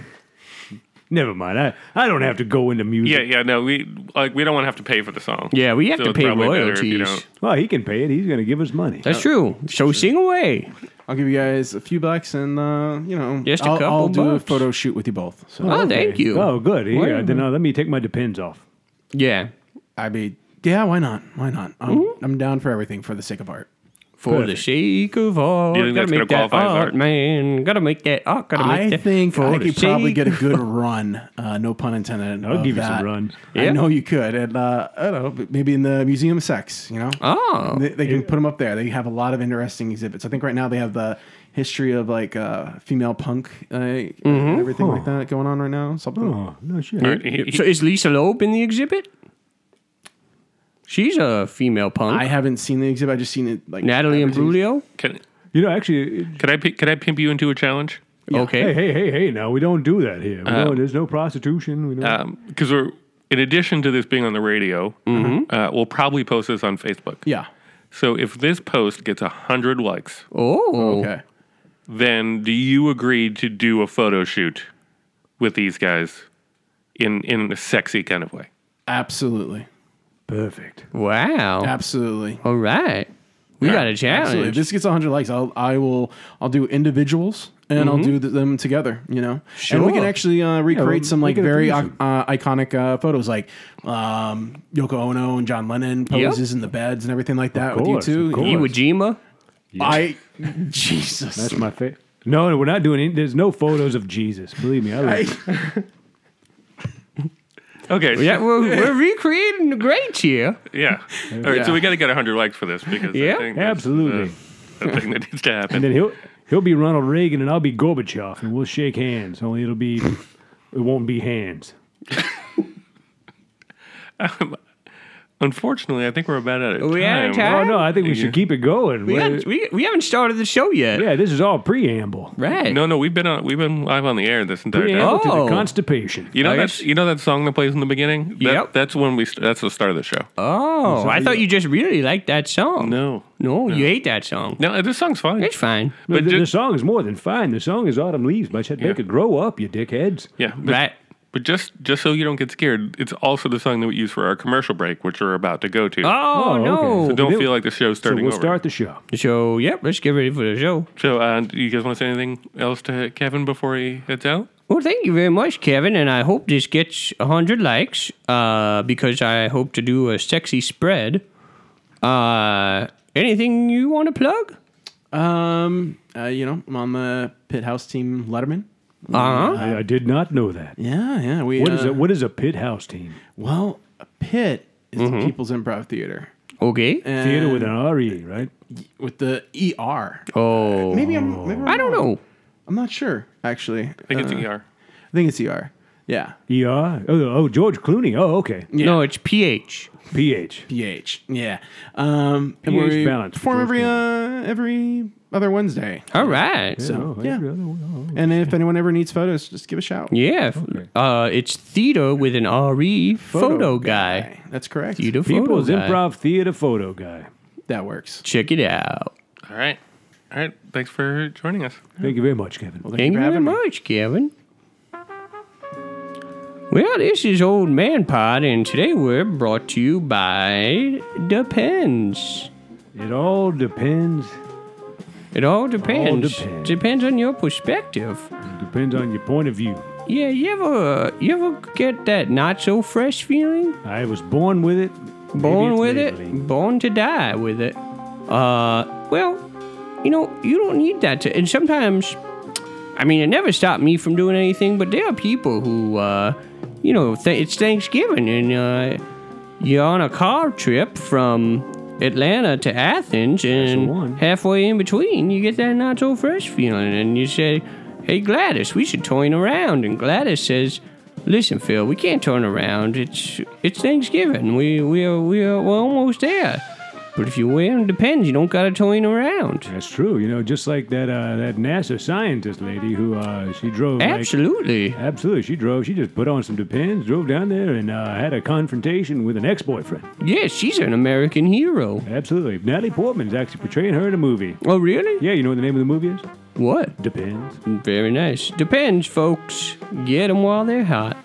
[SPEAKER 2] Never mind. I, I don't have to go into music.
[SPEAKER 3] Yeah, yeah. No, we like we don't want to have to pay for the song.
[SPEAKER 1] Yeah, we have
[SPEAKER 3] So
[SPEAKER 1] to
[SPEAKER 3] it's
[SPEAKER 1] pay
[SPEAKER 3] probably better if you
[SPEAKER 1] royalties.
[SPEAKER 3] don't.
[SPEAKER 2] Well, he can pay it. He's going to give us money.
[SPEAKER 1] That's true. Oh. So sing away.
[SPEAKER 4] I'll give you guys a few bucks, and uh, you know,
[SPEAKER 1] Just a
[SPEAKER 4] I'll,
[SPEAKER 1] couple
[SPEAKER 4] I'll do a
[SPEAKER 1] bucks.
[SPEAKER 4] photo shoot with you both. So
[SPEAKER 1] Oh, thank
[SPEAKER 2] Okay.
[SPEAKER 1] you.
[SPEAKER 2] Oh, good. Here,
[SPEAKER 1] Whatever.
[SPEAKER 2] then, uh, let me take my depends off.
[SPEAKER 1] Yeah,
[SPEAKER 4] I mean, yeah, why not? Why not? I'm, I'm down for everything for the sake of art.
[SPEAKER 1] for the sake of art,
[SPEAKER 3] You think
[SPEAKER 1] gotta
[SPEAKER 3] that's gonna
[SPEAKER 1] make that
[SPEAKER 3] qualify as
[SPEAKER 1] art,
[SPEAKER 3] art?
[SPEAKER 1] man. Gotta make that art. Gotta make
[SPEAKER 4] I
[SPEAKER 1] that.
[SPEAKER 4] think I could
[SPEAKER 1] the
[SPEAKER 4] probably
[SPEAKER 1] sake
[SPEAKER 4] get a good run. Uh, no pun intended.
[SPEAKER 2] I'll
[SPEAKER 4] of
[SPEAKER 2] give you
[SPEAKER 4] that.
[SPEAKER 2] some run.
[SPEAKER 1] Yeah.
[SPEAKER 4] I know you could, and uh, I don't know, maybe in the Museum of Sex. You know,
[SPEAKER 1] Oh,
[SPEAKER 4] they, they can put them up there. They have a lot of interesting exhibits. I think right now they have the history of like uh, female punk, uh,
[SPEAKER 1] Mm-hmm.
[SPEAKER 4] and everything like that going on right now. Something.
[SPEAKER 2] Oh, no shit.
[SPEAKER 3] All right, he- he-
[SPEAKER 1] so is Lisa Loeb in the exhibit? She's a female punk.
[SPEAKER 4] I haven't seen the exhibit. I just seen it like
[SPEAKER 1] Natalie Imbrugio.
[SPEAKER 3] can,
[SPEAKER 2] You know, actually, it-
[SPEAKER 3] can I pi- can I pimp you into a challenge?
[SPEAKER 1] Okay. Uh,
[SPEAKER 2] hey, hey, hey, hey, now, we don't do that here. We don't, there's no prostitution. We don't,
[SPEAKER 3] because Um, we're in addition to this being on the radio,
[SPEAKER 1] Mm-hmm.
[SPEAKER 3] uh, we'll probably post this on Facebook.
[SPEAKER 4] Yeah.
[SPEAKER 3] So if this post gets 100 likes,
[SPEAKER 1] Oh.
[SPEAKER 4] Okay.
[SPEAKER 3] then do you agree to do a photo shoot with these guys in, in a sexy kind of way?
[SPEAKER 4] Absolutely.
[SPEAKER 2] Perfect.
[SPEAKER 1] Wow.
[SPEAKER 2] Oh.
[SPEAKER 4] Absolutely.
[SPEAKER 1] All right. We got a
[SPEAKER 4] Absolutely. If
[SPEAKER 1] challenge.
[SPEAKER 4] this gets 100 likes, I'll I will I'll do individuals and
[SPEAKER 2] Mm-hmm.
[SPEAKER 4] I'll do th- them together. You know, and we can
[SPEAKER 1] Sure.
[SPEAKER 4] actually uh, recreate some
[SPEAKER 2] we
[SPEAKER 4] like
[SPEAKER 2] can
[SPEAKER 4] very uh,
[SPEAKER 2] introduce
[SPEAKER 4] uh, iconic uh, photos, like um, Yoko Ono and John Lennon poses in the beds and everything like that with you
[SPEAKER 2] course,
[SPEAKER 4] two.
[SPEAKER 2] of course.
[SPEAKER 1] Iwo Jima.
[SPEAKER 4] I Jesus.
[SPEAKER 2] That's my favorite. No, no, we're not doing it. There's no photos of Jesus. Believe me, I love it.
[SPEAKER 3] Okay.
[SPEAKER 1] Yeah, we're, we're recreating the greats here.
[SPEAKER 3] Yeah. All right. So we got to get 100 likes for this because
[SPEAKER 1] Yeah,
[SPEAKER 3] I think that's
[SPEAKER 2] Absolutely.
[SPEAKER 1] Uh.
[SPEAKER 3] the thing that needs to happen.
[SPEAKER 2] And then he'll he'll be Ronald Reagan and I'll be Gorbachev and we'll shake hands. Only it'll be it won't be hands.
[SPEAKER 3] Unfortunately, I think we're about out of time.
[SPEAKER 1] we out of
[SPEAKER 2] Oh
[SPEAKER 1] time?
[SPEAKER 2] no, I think we should keep it going.
[SPEAKER 1] We,
[SPEAKER 2] We're-
[SPEAKER 1] haven't- we, we haven't started the show yet.
[SPEAKER 2] yeah, this is all preamble.
[SPEAKER 1] Right.
[SPEAKER 3] No, no, we've been on, we've been live on the air this entire time.
[SPEAKER 2] Preamble to
[SPEAKER 1] Oh.
[SPEAKER 2] the constipation.
[SPEAKER 3] You know
[SPEAKER 1] I
[SPEAKER 3] that's
[SPEAKER 1] guess-
[SPEAKER 3] you know that song that plays in the beginning. That,
[SPEAKER 1] Yep.
[SPEAKER 3] That's when we. St- that's the start of the show.
[SPEAKER 1] Oh, I thought you just really liked that song.
[SPEAKER 3] No.
[SPEAKER 1] No, you hate that song.
[SPEAKER 3] No, this song's fine.
[SPEAKER 1] It's fine.
[SPEAKER 2] But
[SPEAKER 3] But
[SPEAKER 2] the, the
[SPEAKER 3] just,
[SPEAKER 2] song is more than fine. The song is Autumn Leaves by Chet Baker. Grow up, you dickheads.
[SPEAKER 3] yeah, but,
[SPEAKER 1] Right.
[SPEAKER 3] but just just so you don't get scared, it's also the song that we use for our commercial break, which we're about to go to.
[SPEAKER 1] Oh,
[SPEAKER 2] Oh,
[SPEAKER 1] no.
[SPEAKER 2] okay.
[SPEAKER 3] so don't
[SPEAKER 2] then-
[SPEAKER 3] feel like the show's
[SPEAKER 2] So
[SPEAKER 3] starting
[SPEAKER 2] we'll
[SPEAKER 3] over.
[SPEAKER 2] start the show.
[SPEAKER 1] So, yep, let's get ready for the show.
[SPEAKER 3] so, uh, do you guys want to say anything else to Kevin before he heads out?
[SPEAKER 1] Well, thank you very much, Kevin, and I hope this gets 100 likes uh, because I hope to do a sexy spread. Uh, anything you want to plug?
[SPEAKER 4] Um, uh, you know, I'm on the pit house team Letterman.
[SPEAKER 1] Uh huh.
[SPEAKER 2] I, I did not know that.
[SPEAKER 4] Yeah, yeah. We
[SPEAKER 2] What is
[SPEAKER 4] uh,
[SPEAKER 2] a what is a pit house team?
[SPEAKER 4] Well, a pit is
[SPEAKER 1] Mm-hmm.
[SPEAKER 4] the People's Improv Theater.
[SPEAKER 1] Okay.
[SPEAKER 4] And
[SPEAKER 2] Theater with an R E, right?
[SPEAKER 4] with the ER.
[SPEAKER 1] Oh.
[SPEAKER 4] Maybe I'm. Maybe I'm
[SPEAKER 1] I don't
[SPEAKER 4] wrong.
[SPEAKER 1] know.
[SPEAKER 4] I'm not sure actually.
[SPEAKER 3] I think
[SPEAKER 4] Uh,
[SPEAKER 3] it's ER.
[SPEAKER 4] I think it's ER. Yeah.
[SPEAKER 2] E R. Oh, oh, George Clooney. Oh, okay.
[SPEAKER 4] Yeah.
[SPEAKER 1] No, it's PH.
[SPEAKER 2] P H.
[SPEAKER 4] PH. Yeah. Um, and
[SPEAKER 2] PH
[SPEAKER 4] we
[SPEAKER 2] balance,
[SPEAKER 4] perform
[SPEAKER 2] George
[SPEAKER 4] every uh, every other Wednesday.
[SPEAKER 1] All right.
[SPEAKER 4] So
[SPEAKER 2] Oh,
[SPEAKER 4] yeah.
[SPEAKER 2] every other one.
[SPEAKER 4] And if anyone ever needs photos, just give a shout.
[SPEAKER 1] Yeah. f- Uh, it's theater with an R-E, photo, guy.
[SPEAKER 4] That's correct.
[SPEAKER 1] Theater
[SPEAKER 2] Oh. People's
[SPEAKER 1] photo guy.
[SPEAKER 2] Improv Theater photo guy.
[SPEAKER 4] That works.
[SPEAKER 1] Check it out.
[SPEAKER 3] All right. All right. Thanks for joining us.
[SPEAKER 2] Thank you very much, Kevin.
[SPEAKER 1] Thank you
[SPEAKER 4] for
[SPEAKER 1] very
[SPEAKER 4] having me.
[SPEAKER 1] much, Kevin. Well, this is Old Man Pod, and today we're brought to you by Depends.
[SPEAKER 2] It all depends.
[SPEAKER 1] It all depends.
[SPEAKER 2] depends.
[SPEAKER 1] depends on your perspective.
[SPEAKER 2] Depends on your point of view.
[SPEAKER 1] Yeah, you ever you ever get that not so fresh feeling?
[SPEAKER 2] I was born with it. Maybe
[SPEAKER 1] born
[SPEAKER 2] it's
[SPEAKER 1] with
[SPEAKER 2] labeling.
[SPEAKER 1] it, born to die with it. Uh, well, you know, you don't need that to. And sometimes, I mean, it never stopped me from doing anything. But there are people who, uh, you know, th- it's Thanksgiving and uh, you're on a car trip from Atlanta to Athens,
[SPEAKER 2] one.
[SPEAKER 1] and halfway in between, you get that not so fresh feeling, and you say, "Hey, Gladys, we should turn around." And Gladys says. Listen, Phil. We can't turn around. It's it's Thanksgiving. We we are we are we're almost there. But if you wear depends, you don't gotta turn around.
[SPEAKER 2] That's true. You know, just like that uh, that NASA scientist lady who uh, she drove. like-
[SPEAKER 1] Absolutely.
[SPEAKER 2] Absolutely. She drove. She just put on some depends, drove down there, and uh, had a confrontation with an ex boyfriend.
[SPEAKER 1] Yes, she's an American hero.
[SPEAKER 2] Absolutely. Natalie Portman's actually portraying her in a movie.
[SPEAKER 1] Oh, really?
[SPEAKER 2] Yeah, you know what the name of the movie is?
[SPEAKER 1] What?
[SPEAKER 2] Depends.
[SPEAKER 1] Very nice. Depends, folks. Get 'em while they're hot.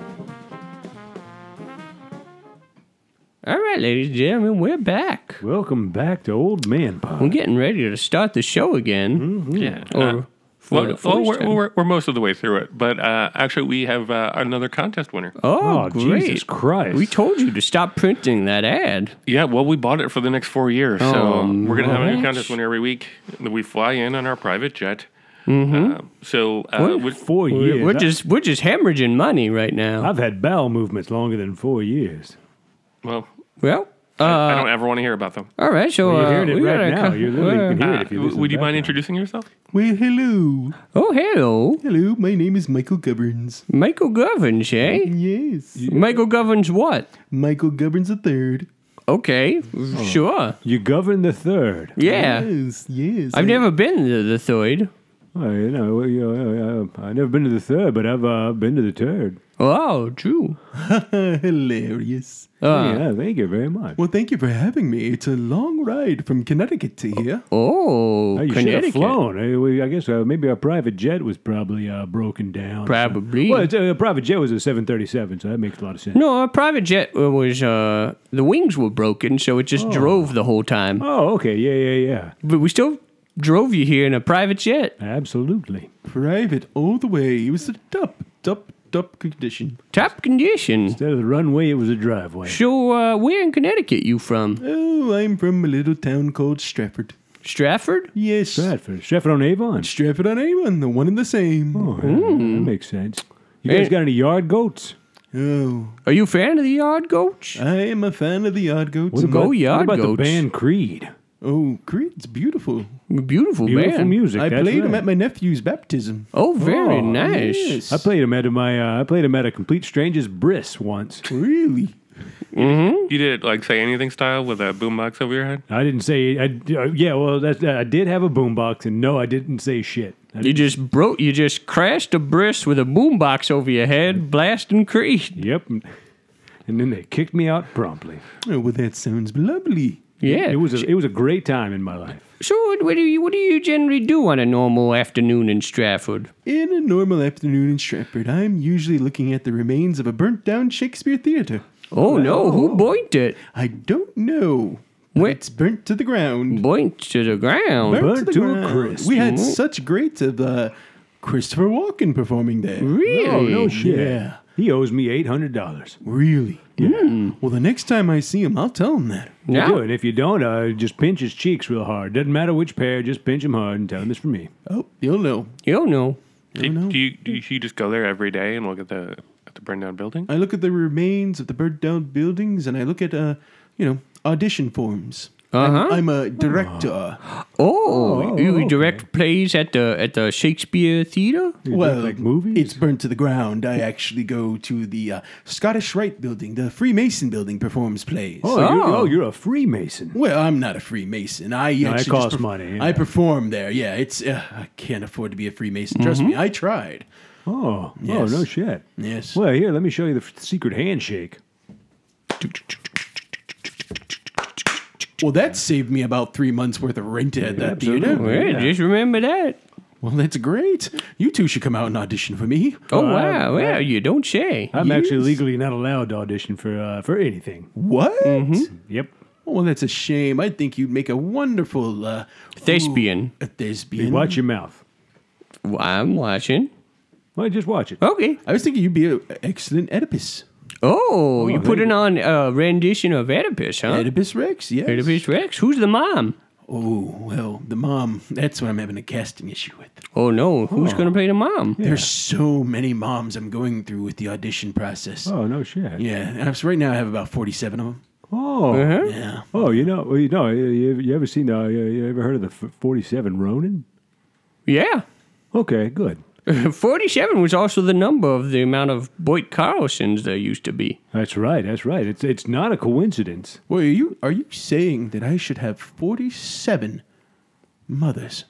[SPEAKER 1] All right, ladies and gentlemen, we're back.
[SPEAKER 2] Welcome back to Old Man Pod.
[SPEAKER 1] We're getting ready to start the show again.
[SPEAKER 3] Yeah.
[SPEAKER 2] Mm-hmm. Uh,
[SPEAKER 1] Or for
[SPEAKER 3] Uh,
[SPEAKER 2] oh,
[SPEAKER 3] well,
[SPEAKER 1] the first
[SPEAKER 3] we're,
[SPEAKER 1] time.
[SPEAKER 3] we're, we're most of the way through it, but uh, actually, we have uh, another contest winner.
[SPEAKER 1] Oh,
[SPEAKER 2] Oh,
[SPEAKER 1] great.
[SPEAKER 2] Jesus Christ.
[SPEAKER 1] We told you to stop printing that ad.
[SPEAKER 3] Yeah, well, we bought it for the next four years, so
[SPEAKER 1] Oh,
[SPEAKER 3] we're gonna have a new
[SPEAKER 1] nice.
[SPEAKER 3] contest winner every week. that We fly in on our private jet. Uh, so uh,
[SPEAKER 1] Mm-hmm. What?
[SPEAKER 3] which-
[SPEAKER 2] Four
[SPEAKER 1] We're,
[SPEAKER 2] years.
[SPEAKER 1] we're
[SPEAKER 2] I-
[SPEAKER 1] just we're just hemorrhaging money right now.
[SPEAKER 2] I've had bowel movements longer than four years.
[SPEAKER 3] well,
[SPEAKER 1] well,
[SPEAKER 3] I
[SPEAKER 1] uh,
[SPEAKER 3] don't ever want to hear about them.
[SPEAKER 1] all right. So
[SPEAKER 2] You're
[SPEAKER 1] uh,
[SPEAKER 2] hearing it
[SPEAKER 1] we got
[SPEAKER 2] right
[SPEAKER 1] a
[SPEAKER 2] now.
[SPEAKER 1] co-
[SPEAKER 2] you literally
[SPEAKER 1] uh,
[SPEAKER 2] can hear
[SPEAKER 3] Uh,
[SPEAKER 2] it if you
[SPEAKER 3] w-
[SPEAKER 2] listen
[SPEAKER 3] would you
[SPEAKER 2] back
[SPEAKER 3] mind
[SPEAKER 2] now.
[SPEAKER 3] introducing yourself?
[SPEAKER 4] Well, hello.
[SPEAKER 1] oh, hello,
[SPEAKER 4] Hello. My name is Michael Gubbins.
[SPEAKER 1] Michael Govins, eh?
[SPEAKER 4] Yes.
[SPEAKER 1] Michael Govins, what?
[SPEAKER 4] Michael Gubbins the third.
[SPEAKER 1] Okay,
[SPEAKER 2] Oh.
[SPEAKER 1] sure.
[SPEAKER 2] You govern the third.
[SPEAKER 1] Yeah,
[SPEAKER 4] Yes. Yes.
[SPEAKER 1] I've never been to the Thoid.
[SPEAKER 2] Well, Oh, you know, well, you know, I, I, I've never been to the third, but I've uh, been to the third.
[SPEAKER 1] Oh, true.
[SPEAKER 4] Uh, Hilarious.
[SPEAKER 1] Uh,
[SPEAKER 2] yeah, thank you very much.
[SPEAKER 4] Well, thank you for having me. It's a long ride from Connecticut to here.
[SPEAKER 1] Oh,
[SPEAKER 2] Oh, you should have
[SPEAKER 1] Connecticut.
[SPEAKER 2] flown. Eh, we- I guess uh, maybe our private jet was probably uh, broken down.
[SPEAKER 1] Probably.
[SPEAKER 2] Well, it's, uh, a private jet was a 737, so that makes a lot of sense.
[SPEAKER 1] No, a private jet uh, was uh, the wings were broken, so it just drove the whole time.
[SPEAKER 2] Oh, okay. Yeah, yeah, yeah.
[SPEAKER 1] But we still drove you here in a private jet.
[SPEAKER 2] Absolutely.
[SPEAKER 4] Private all the way. It was a top, top, top condition.
[SPEAKER 1] Top condition.
[SPEAKER 2] Instead of the runway, it was a driveway.
[SPEAKER 1] So, uh, where in Connecticut you from?
[SPEAKER 4] Oh, I'm from a little town called Stratford.
[SPEAKER 1] Stratford?
[SPEAKER 4] Yes.
[SPEAKER 2] Stratford. Stratford on Avon.
[SPEAKER 4] Stratford on Avon, the one and the same.
[SPEAKER 2] Oh, yeah, That makes sense. You guys
[SPEAKER 1] Eh.
[SPEAKER 2] got any yard goats?
[SPEAKER 4] Oh,
[SPEAKER 1] Are you a fan of the Yard Goats?
[SPEAKER 2] Uh,
[SPEAKER 4] I am a fan of the Odd Goats.
[SPEAKER 1] Go
[SPEAKER 2] about,
[SPEAKER 1] Yard
[SPEAKER 2] What about
[SPEAKER 1] Goats.
[SPEAKER 2] the band Creed?
[SPEAKER 4] Oh, Creed's beautiful.
[SPEAKER 1] Beautiful,
[SPEAKER 2] Beautiful
[SPEAKER 1] band.
[SPEAKER 2] music.
[SPEAKER 4] I
[SPEAKER 2] that's
[SPEAKER 4] played him
[SPEAKER 2] right.
[SPEAKER 4] at my nephew's baptism.
[SPEAKER 1] Oh, very
[SPEAKER 2] Oh,
[SPEAKER 1] nice.
[SPEAKER 4] Yes.
[SPEAKER 2] I played him at my. Uh, I played him at a complete stranger's bris once.
[SPEAKER 4] Really?
[SPEAKER 3] You did like say anything style with that boombox over your head.
[SPEAKER 2] I didn't say. I, uh, yeah, well, that's, I did have a boombox, and no, I didn't say shit. I
[SPEAKER 1] You just broke. You just crashed a bris with a boombox over your head, blasting Creed.
[SPEAKER 2] Yep. And then they kicked me out promptly.
[SPEAKER 4] Oh, well, that sounds lovely.
[SPEAKER 1] Yeah.
[SPEAKER 2] It was a, it was a great time in my life.
[SPEAKER 1] so, what, what do you what do you generally do on a normal afternoon in Stratford?
[SPEAKER 4] In a normal afternoon in Stratford, I'm usually looking at the remains of a burnt down Shakespeare theater.
[SPEAKER 1] Oh no, who boinked it?
[SPEAKER 4] I don't know. but
[SPEAKER 1] Wait.
[SPEAKER 4] It's burnt to the ground.
[SPEAKER 1] Boinked to the ground.
[SPEAKER 2] Burnt to a crisp.
[SPEAKER 4] We had such great of uh, Christopher Walken performing there.
[SPEAKER 1] Really?
[SPEAKER 2] Oh no shit!
[SPEAKER 4] Yeah.
[SPEAKER 2] He owes me eight hundred dollars.
[SPEAKER 4] Really? Yeah. Well, the next time I see him, I'll tell him that.
[SPEAKER 1] Yeah.
[SPEAKER 2] Do it. If you don't, uh, just pinch his cheeks real hard. Doesn't matter which pair. Just pinch him hard and tell him it's for me.
[SPEAKER 4] Oh, you'll know.
[SPEAKER 1] You don't know.
[SPEAKER 3] Do, do you do you just go there every day and look at the at the burned down building?
[SPEAKER 4] I look at the remains of the burnt down buildings, and I look at, uh, you know, audition forms.
[SPEAKER 1] Uh-huh.
[SPEAKER 4] I'm, I'm a director.
[SPEAKER 2] Ah.
[SPEAKER 1] Oh,
[SPEAKER 2] Oh,
[SPEAKER 1] you
[SPEAKER 2] okay.
[SPEAKER 1] direct plays at the at the Shakespeare Theater?
[SPEAKER 2] You
[SPEAKER 4] well,
[SPEAKER 2] like movies?
[SPEAKER 4] it's burnt to the ground. I actually go to the uh, Scottish Rite Building. The Freemason Building performs plays.
[SPEAKER 2] oh, You're,
[SPEAKER 1] Oh.
[SPEAKER 2] oh, you're a Freemason.
[SPEAKER 4] Well, I'm not a Freemason. I actually
[SPEAKER 2] that
[SPEAKER 4] just
[SPEAKER 2] costs
[SPEAKER 4] perf-
[SPEAKER 2] money, yeah.
[SPEAKER 4] I perform there. Yeah, it's uh, I can't afford to be a Freemason. Trust
[SPEAKER 2] Mm-hmm.
[SPEAKER 4] me, I tried.
[SPEAKER 2] Oh,
[SPEAKER 4] Yes.
[SPEAKER 2] oh no shit.
[SPEAKER 4] Yes.
[SPEAKER 2] Well, here, let me show you the f- secret handshake.
[SPEAKER 4] Well, that saved me about three months worth of rent at that theater.
[SPEAKER 1] Well, Oh, just remember that.
[SPEAKER 4] Well, that's great. You two should come out and audition for me.
[SPEAKER 1] Oh wow, well, you don't say.
[SPEAKER 2] I'm actually
[SPEAKER 4] Yes.
[SPEAKER 2] legally not allowed to audition for uh, for anything.
[SPEAKER 4] What? Oh,
[SPEAKER 2] Yep.
[SPEAKER 4] Well, that's a shame. I think you'd make a wonderful uh,
[SPEAKER 1] Thespian.
[SPEAKER 4] Ooh, a thespian.
[SPEAKER 2] Watch your mouth.
[SPEAKER 1] Well, I'm watching.
[SPEAKER 2] Well, just watch it.
[SPEAKER 1] Okay.
[SPEAKER 4] I was thinking you'd be an excellent Oedipus.
[SPEAKER 1] Oh, you
[SPEAKER 2] thank
[SPEAKER 1] putting on a rendition of Oedipus, huh?
[SPEAKER 4] Oedipus Rex, yes.
[SPEAKER 1] Oedipus Rex. Who's the mom?
[SPEAKER 4] Oh, well, the mom. That's what I'm having a casting issue with.
[SPEAKER 1] Oh no, who's gonna play the mom?
[SPEAKER 4] There's so many moms I'm going through with the audition process.
[SPEAKER 2] Oh no shit.
[SPEAKER 4] Yeah, and I'm- so right now I have about 47 of them.
[SPEAKER 2] Oh.
[SPEAKER 1] Huh?
[SPEAKER 4] Yeah.
[SPEAKER 2] Oh, you know, well, you know, you, you- you ever seen, uh, you, you ever heard of the f- 47 Ronin?
[SPEAKER 1] Yeah.
[SPEAKER 2] Okay, good.
[SPEAKER 1] 47 was also the number of the amount of Boyd Carlsons there used to be.
[SPEAKER 2] That's right, that's right. It's it's not a coincidence.
[SPEAKER 4] Wait, are you are you saying that I should have 47 mothers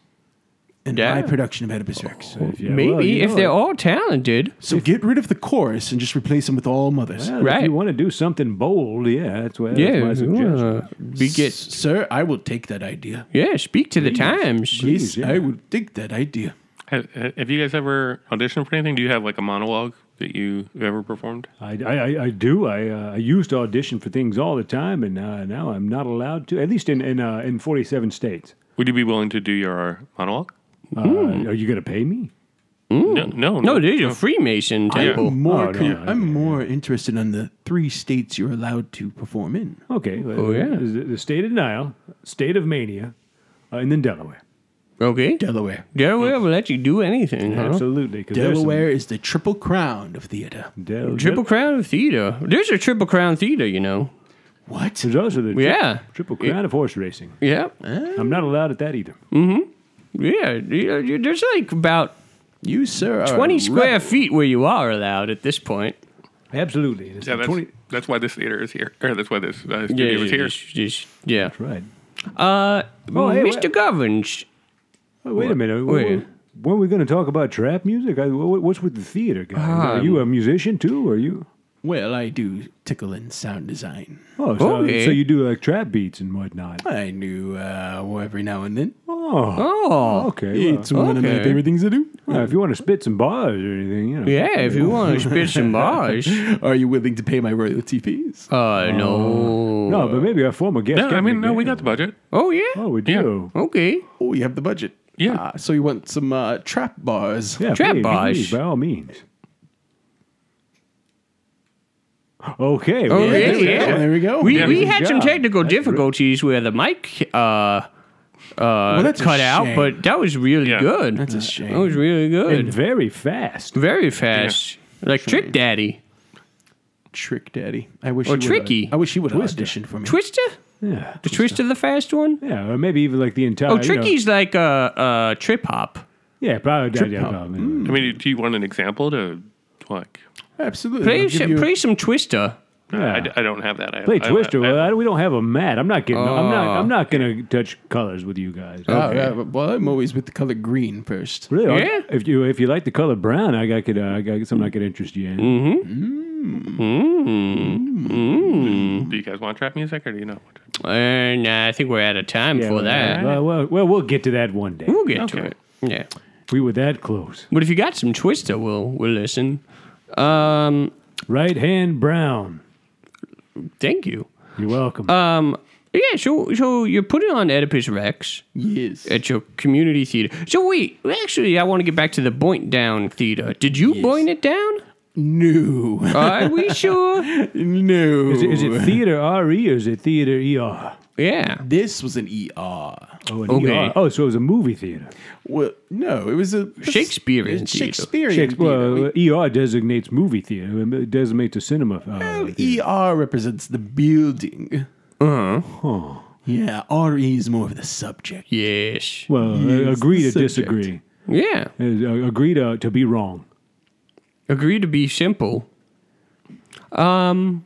[SPEAKER 4] in
[SPEAKER 1] Yeah.
[SPEAKER 4] my production of Oedipus Rex?
[SPEAKER 2] If you-
[SPEAKER 1] Maybe
[SPEAKER 2] well, you
[SPEAKER 1] if
[SPEAKER 2] know,
[SPEAKER 1] they're all talented.
[SPEAKER 4] So get rid of the chorus and just replace them with all mothers.
[SPEAKER 2] well, If
[SPEAKER 1] Right.
[SPEAKER 2] you want to do something bold, yeah, that's what.
[SPEAKER 1] yeah,
[SPEAKER 2] That's my suggestion.
[SPEAKER 1] uh, we
[SPEAKER 4] S-
[SPEAKER 1] get
[SPEAKER 4] Sir, I will take that idea.
[SPEAKER 1] yeah. Speak to the times.
[SPEAKER 4] Yes,
[SPEAKER 2] Please, yeah.
[SPEAKER 4] I will take that idea.
[SPEAKER 3] Have, have you guys ever auditioned for anything? Do you have like a monologue that you have ever performed?
[SPEAKER 2] I, I, I- I do. I, uh, I used to audition for things all the time, and uh, now I'm not allowed to. At least in in, uh, in 47 states.
[SPEAKER 3] Would you be willing to do your monologue?
[SPEAKER 2] Uh,
[SPEAKER 1] Hmm.
[SPEAKER 2] Are you going to pay me?
[SPEAKER 3] No, no,
[SPEAKER 1] No, there's a Freemason temple.
[SPEAKER 4] I'm more,
[SPEAKER 2] Oh, no,
[SPEAKER 4] con-
[SPEAKER 2] I-
[SPEAKER 4] I'm more interested in the three states you're allowed to perform in.
[SPEAKER 2] Okay.
[SPEAKER 1] Oh, yeah.
[SPEAKER 2] The, the state of denial, state of mania, uh, and then Delaware.
[SPEAKER 1] Okay,
[SPEAKER 4] Delaware.
[SPEAKER 1] Delaware will let you do anything.
[SPEAKER 2] Uh-huh.
[SPEAKER 1] Huh?
[SPEAKER 2] Absolutely. 'cause there's some-
[SPEAKER 4] Delaware is the triple crown of theater.
[SPEAKER 2] Del-
[SPEAKER 1] Triple Crown of Theater. There's a Triple Crown Theater, you know.
[SPEAKER 4] What?
[SPEAKER 2] There's also the tri-
[SPEAKER 1] Yeah.
[SPEAKER 2] triple crown of horse racing.
[SPEAKER 1] Yeah,
[SPEAKER 2] I'm not allowed at that either.
[SPEAKER 1] yeah. you- you- There's like about
[SPEAKER 4] You, sir, are a
[SPEAKER 1] 20 square
[SPEAKER 4] rebel.
[SPEAKER 1] feet where you are allowed at this point.
[SPEAKER 2] Absolutely. It's
[SPEAKER 3] Yeah,
[SPEAKER 2] the
[SPEAKER 3] that's,
[SPEAKER 2] 20
[SPEAKER 3] that's why this theater is here. Or that's why this uh, studio
[SPEAKER 1] yeah,
[SPEAKER 3] is
[SPEAKER 1] yeah,
[SPEAKER 3] here.
[SPEAKER 1] just- just- yeah.
[SPEAKER 2] right.
[SPEAKER 1] Uh,
[SPEAKER 2] Oh, hey,
[SPEAKER 1] Mr.
[SPEAKER 2] wait-
[SPEAKER 1] Govins.
[SPEAKER 2] Oh, wait a minute.
[SPEAKER 1] Wait.
[SPEAKER 2] weren't we going to talk about trap music? I, wh- what's with the theater, guys? Are
[SPEAKER 1] Um,
[SPEAKER 2] you a musician too? Or are you?
[SPEAKER 4] Well, I do tickle and sound design.
[SPEAKER 2] Oh, so,
[SPEAKER 1] Okay.
[SPEAKER 2] so you do like trap beats and whatnot.
[SPEAKER 4] I do uh, well, every now and then.
[SPEAKER 2] Oh,
[SPEAKER 1] Oh.
[SPEAKER 2] okay. well,
[SPEAKER 4] it's one of my
[SPEAKER 1] okay.
[SPEAKER 4] favorite things to do.
[SPEAKER 2] uh, if you want to spit some bars or anything, you know.
[SPEAKER 1] Yeah, if you want to spit some bars.
[SPEAKER 4] Are you willing to pay my royalty fees?
[SPEAKER 1] Uh, no.
[SPEAKER 2] No, but maybe our former guest.
[SPEAKER 3] No, I
[SPEAKER 2] can
[SPEAKER 3] mean,
[SPEAKER 2] be
[SPEAKER 3] no, we
[SPEAKER 2] down.
[SPEAKER 3] got the budget.
[SPEAKER 1] Oh, yeah.
[SPEAKER 2] Oh, we do.
[SPEAKER 1] Okay.
[SPEAKER 4] Oh, you have the budget.
[SPEAKER 3] Yeah.
[SPEAKER 4] Ah, so you want some uh, trap bars?
[SPEAKER 2] Yeah,
[SPEAKER 1] Trap
[SPEAKER 2] please,
[SPEAKER 1] bars.
[SPEAKER 2] please, by all means. Okay. well,
[SPEAKER 1] yeah,
[SPEAKER 2] there we go.
[SPEAKER 1] yeah.
[SPEAKER 4] Oh, there we go.
[SPEAKER 1] We,
[SPEAKER 3] Yeah,
[SPEAKER 1] we
[SPEAKER 2] good
[SPEAKER 1] had some
[SPEAKER 2] job.
[SPEAKER 1] technical difficulties where the mic uh, uh,
[SPEAKER 4] that's a
[SPEAKER 1] cut out,
[SPEAKER 4] shame.
[SPEAKER 1] but that was really
[SPEAKER 3] Yeah.
[SPEAKER 1] good.
[SPEAKER 4] That's a
[SPEAKER 1] That
[SPEAKER 4] shame.
[SPEAKER 1] was really good.
[SPEAKER 2] And very fast.
[SPEAKER 1] Very fast. Like Trick Daddy.
[SPEAKER 4] Trick Daddy. I wish
[SPEAKER 1] Or
[SPEAKER 4] he would've-
[SPEAKER 1] Tricky.
[SPEAKER 4] I wish he would have auditioned for me.
[SPEAKER 1] Twister?
[SPEAKER 2] Yeah.
[SPEAKER 1] The Twister, the fast one?
[SPEAKER 2] Yeah, or maybe even like the entire.
[SPEAKER 1] Oh,
[SPEAKER 2] you know-
[SPEAKER 1] Tricky's like uh, uh, trip hop.
[SPEAKER 2] yeah, probably. yeah, probably.
[SPEAKER 3] I mean, do you want an example to like?
[SPEAKER 4] Absolutely.
[SPEAKER 1] Play,
[SPEAKER 4] I'll give
[SPEAKER 1] some,
[SPEAKER 4] you-
[SPEAKER 1] play some Twister.
[SPEAKER 3] I, I don't have that. I,
[SPEAKER 2] Play
[SPEAKER 3] I-
[SPEAKER 2] Twister.
[SPEAKER 3] I-
[SPEAKER 2] well, I- we don't have a mat. I'm not getting. I'm not. I'm not
[SPEAKER 1] Oh.
[SPEAKER 2] gonna touch colors with you guys.
[SPEAKER 4] Ah, yeah, but- well, I'm always with the color green first.
[SPEAKER 2] Really? I-
[SPEAKER 1] Yeah.
[SPEAKER 2] If you if you like the color brown, I, I could uh, I got something I could interest you in.
[SPEAKER 1] Mm-hmm.
[SPEAKER 3] do you guys want trap music or do you not? Want trap?
[SPEAKER 1] And uh, I think we're out of time
[SPEAKER 2] Yeah,
[SPEAKER 1] for
[SPEAKER 2] well,
[SPEAKER 1] that.
[SPEAKER 2] Well, well, well, we'll get to that one day.
[SPEAKER 1] We'll get to
[SPEAKER 3] Okay.
[SPEAKER 1] it. Yeah.
[SPEAKER 2] We were that close.
[SPEAKER 1] But if you got some Twister, we'll, we'll listen. Um,
[SPEAKER 2] Right hand brown.
[SPEAKER 1] thank you.
[SPEAKER 2] You're welcome.
[SPEAKER 1] Um, yeah, so so you're putting on Oedipus Rex
[SPEAKER 4] Yes.
[SPEAKER 1] at your community theater. So wait, actually, I want to get back to the Point Down Theater. Did you point it down?
[SPEAKER 4] no.
[SPEAKER 1] Are we sure?
[SPEAKER 4] no.
[SPEAKER 2] is, it, is it theater RE or is it theater ER?
[SPEAKER 1] Yeah.
[SPEAKER 4] This was an ER.
[SPEAKER 2] Oh, an
[SPEAKER 1] Okay.
[SPEAKER 2] ER. Oh, so it was a movie theater.
[SPEAKER 4] Well, no, it was a
[SPEAKER 1] Shakespearean
[SPEAKER 4] It's
[SPEAKER 1] theater.
[SPEAKER 4] Shakespearean.
[SPEAKER 2] Shakespeare,
[SPEAKER 4] theater. We-
[SPEAKER 2] well, ER designates movie theater. It designates a cinema. Uh,
[SPEAKER 1] Oh,
[SPEAKER 4] well,
[SPEAKER 1] E
[SPEAKER 2] theater.
[SPEAKER 4] ER represents the building.
[SPEAKER 1] Uh-huh.
[SPEAKER 4] Uh huh. Yeah, RE is more of the subject.
[SPEAKER 1] Yes.
[SPEAKER 2] Well, uh,
[SPEAKER 4] Yes,
[SPEAKER 2] agree to
[SPEAKER 4] subject.
[SPEAKER 2] disagree.
[SPEAKER 1] Yeah.
[SPEAKER 2] Uh, agree to, to be wrong.
[SPEAKER 1] Agree to be simple. Um.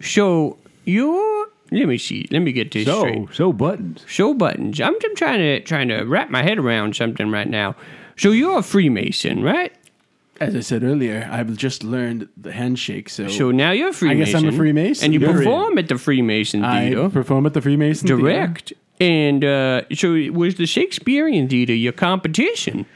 [SPEAKER 1] So you're. Let me see. Let me get this straight.
[SPEAKER 2] So, so buttons.
[SPEAKER 1] Show buttons. I'm, I'm trying to trying to wrap my head around something right now. So you're a Freemason, right?
[SPEAKER 4] As I said earlier, I've just learned the handshake, so,
[SPEAKER 1] So now you're a Freemason.
[SPEAKER 4] Oh, guess I'm a Freemason.
[SPEAKER 1] And you
[SPEAKER 4] You're in.
[SPEAKER 1] perform at the Freemason
[SPEAKER 4] I
[SPEAKER 1] Theater.
[SPEAKER 4] perform at the Freemason Theater.
[SPEAKER 1] uh, direct. And uh, so it was the Shakespearean Theater your competition?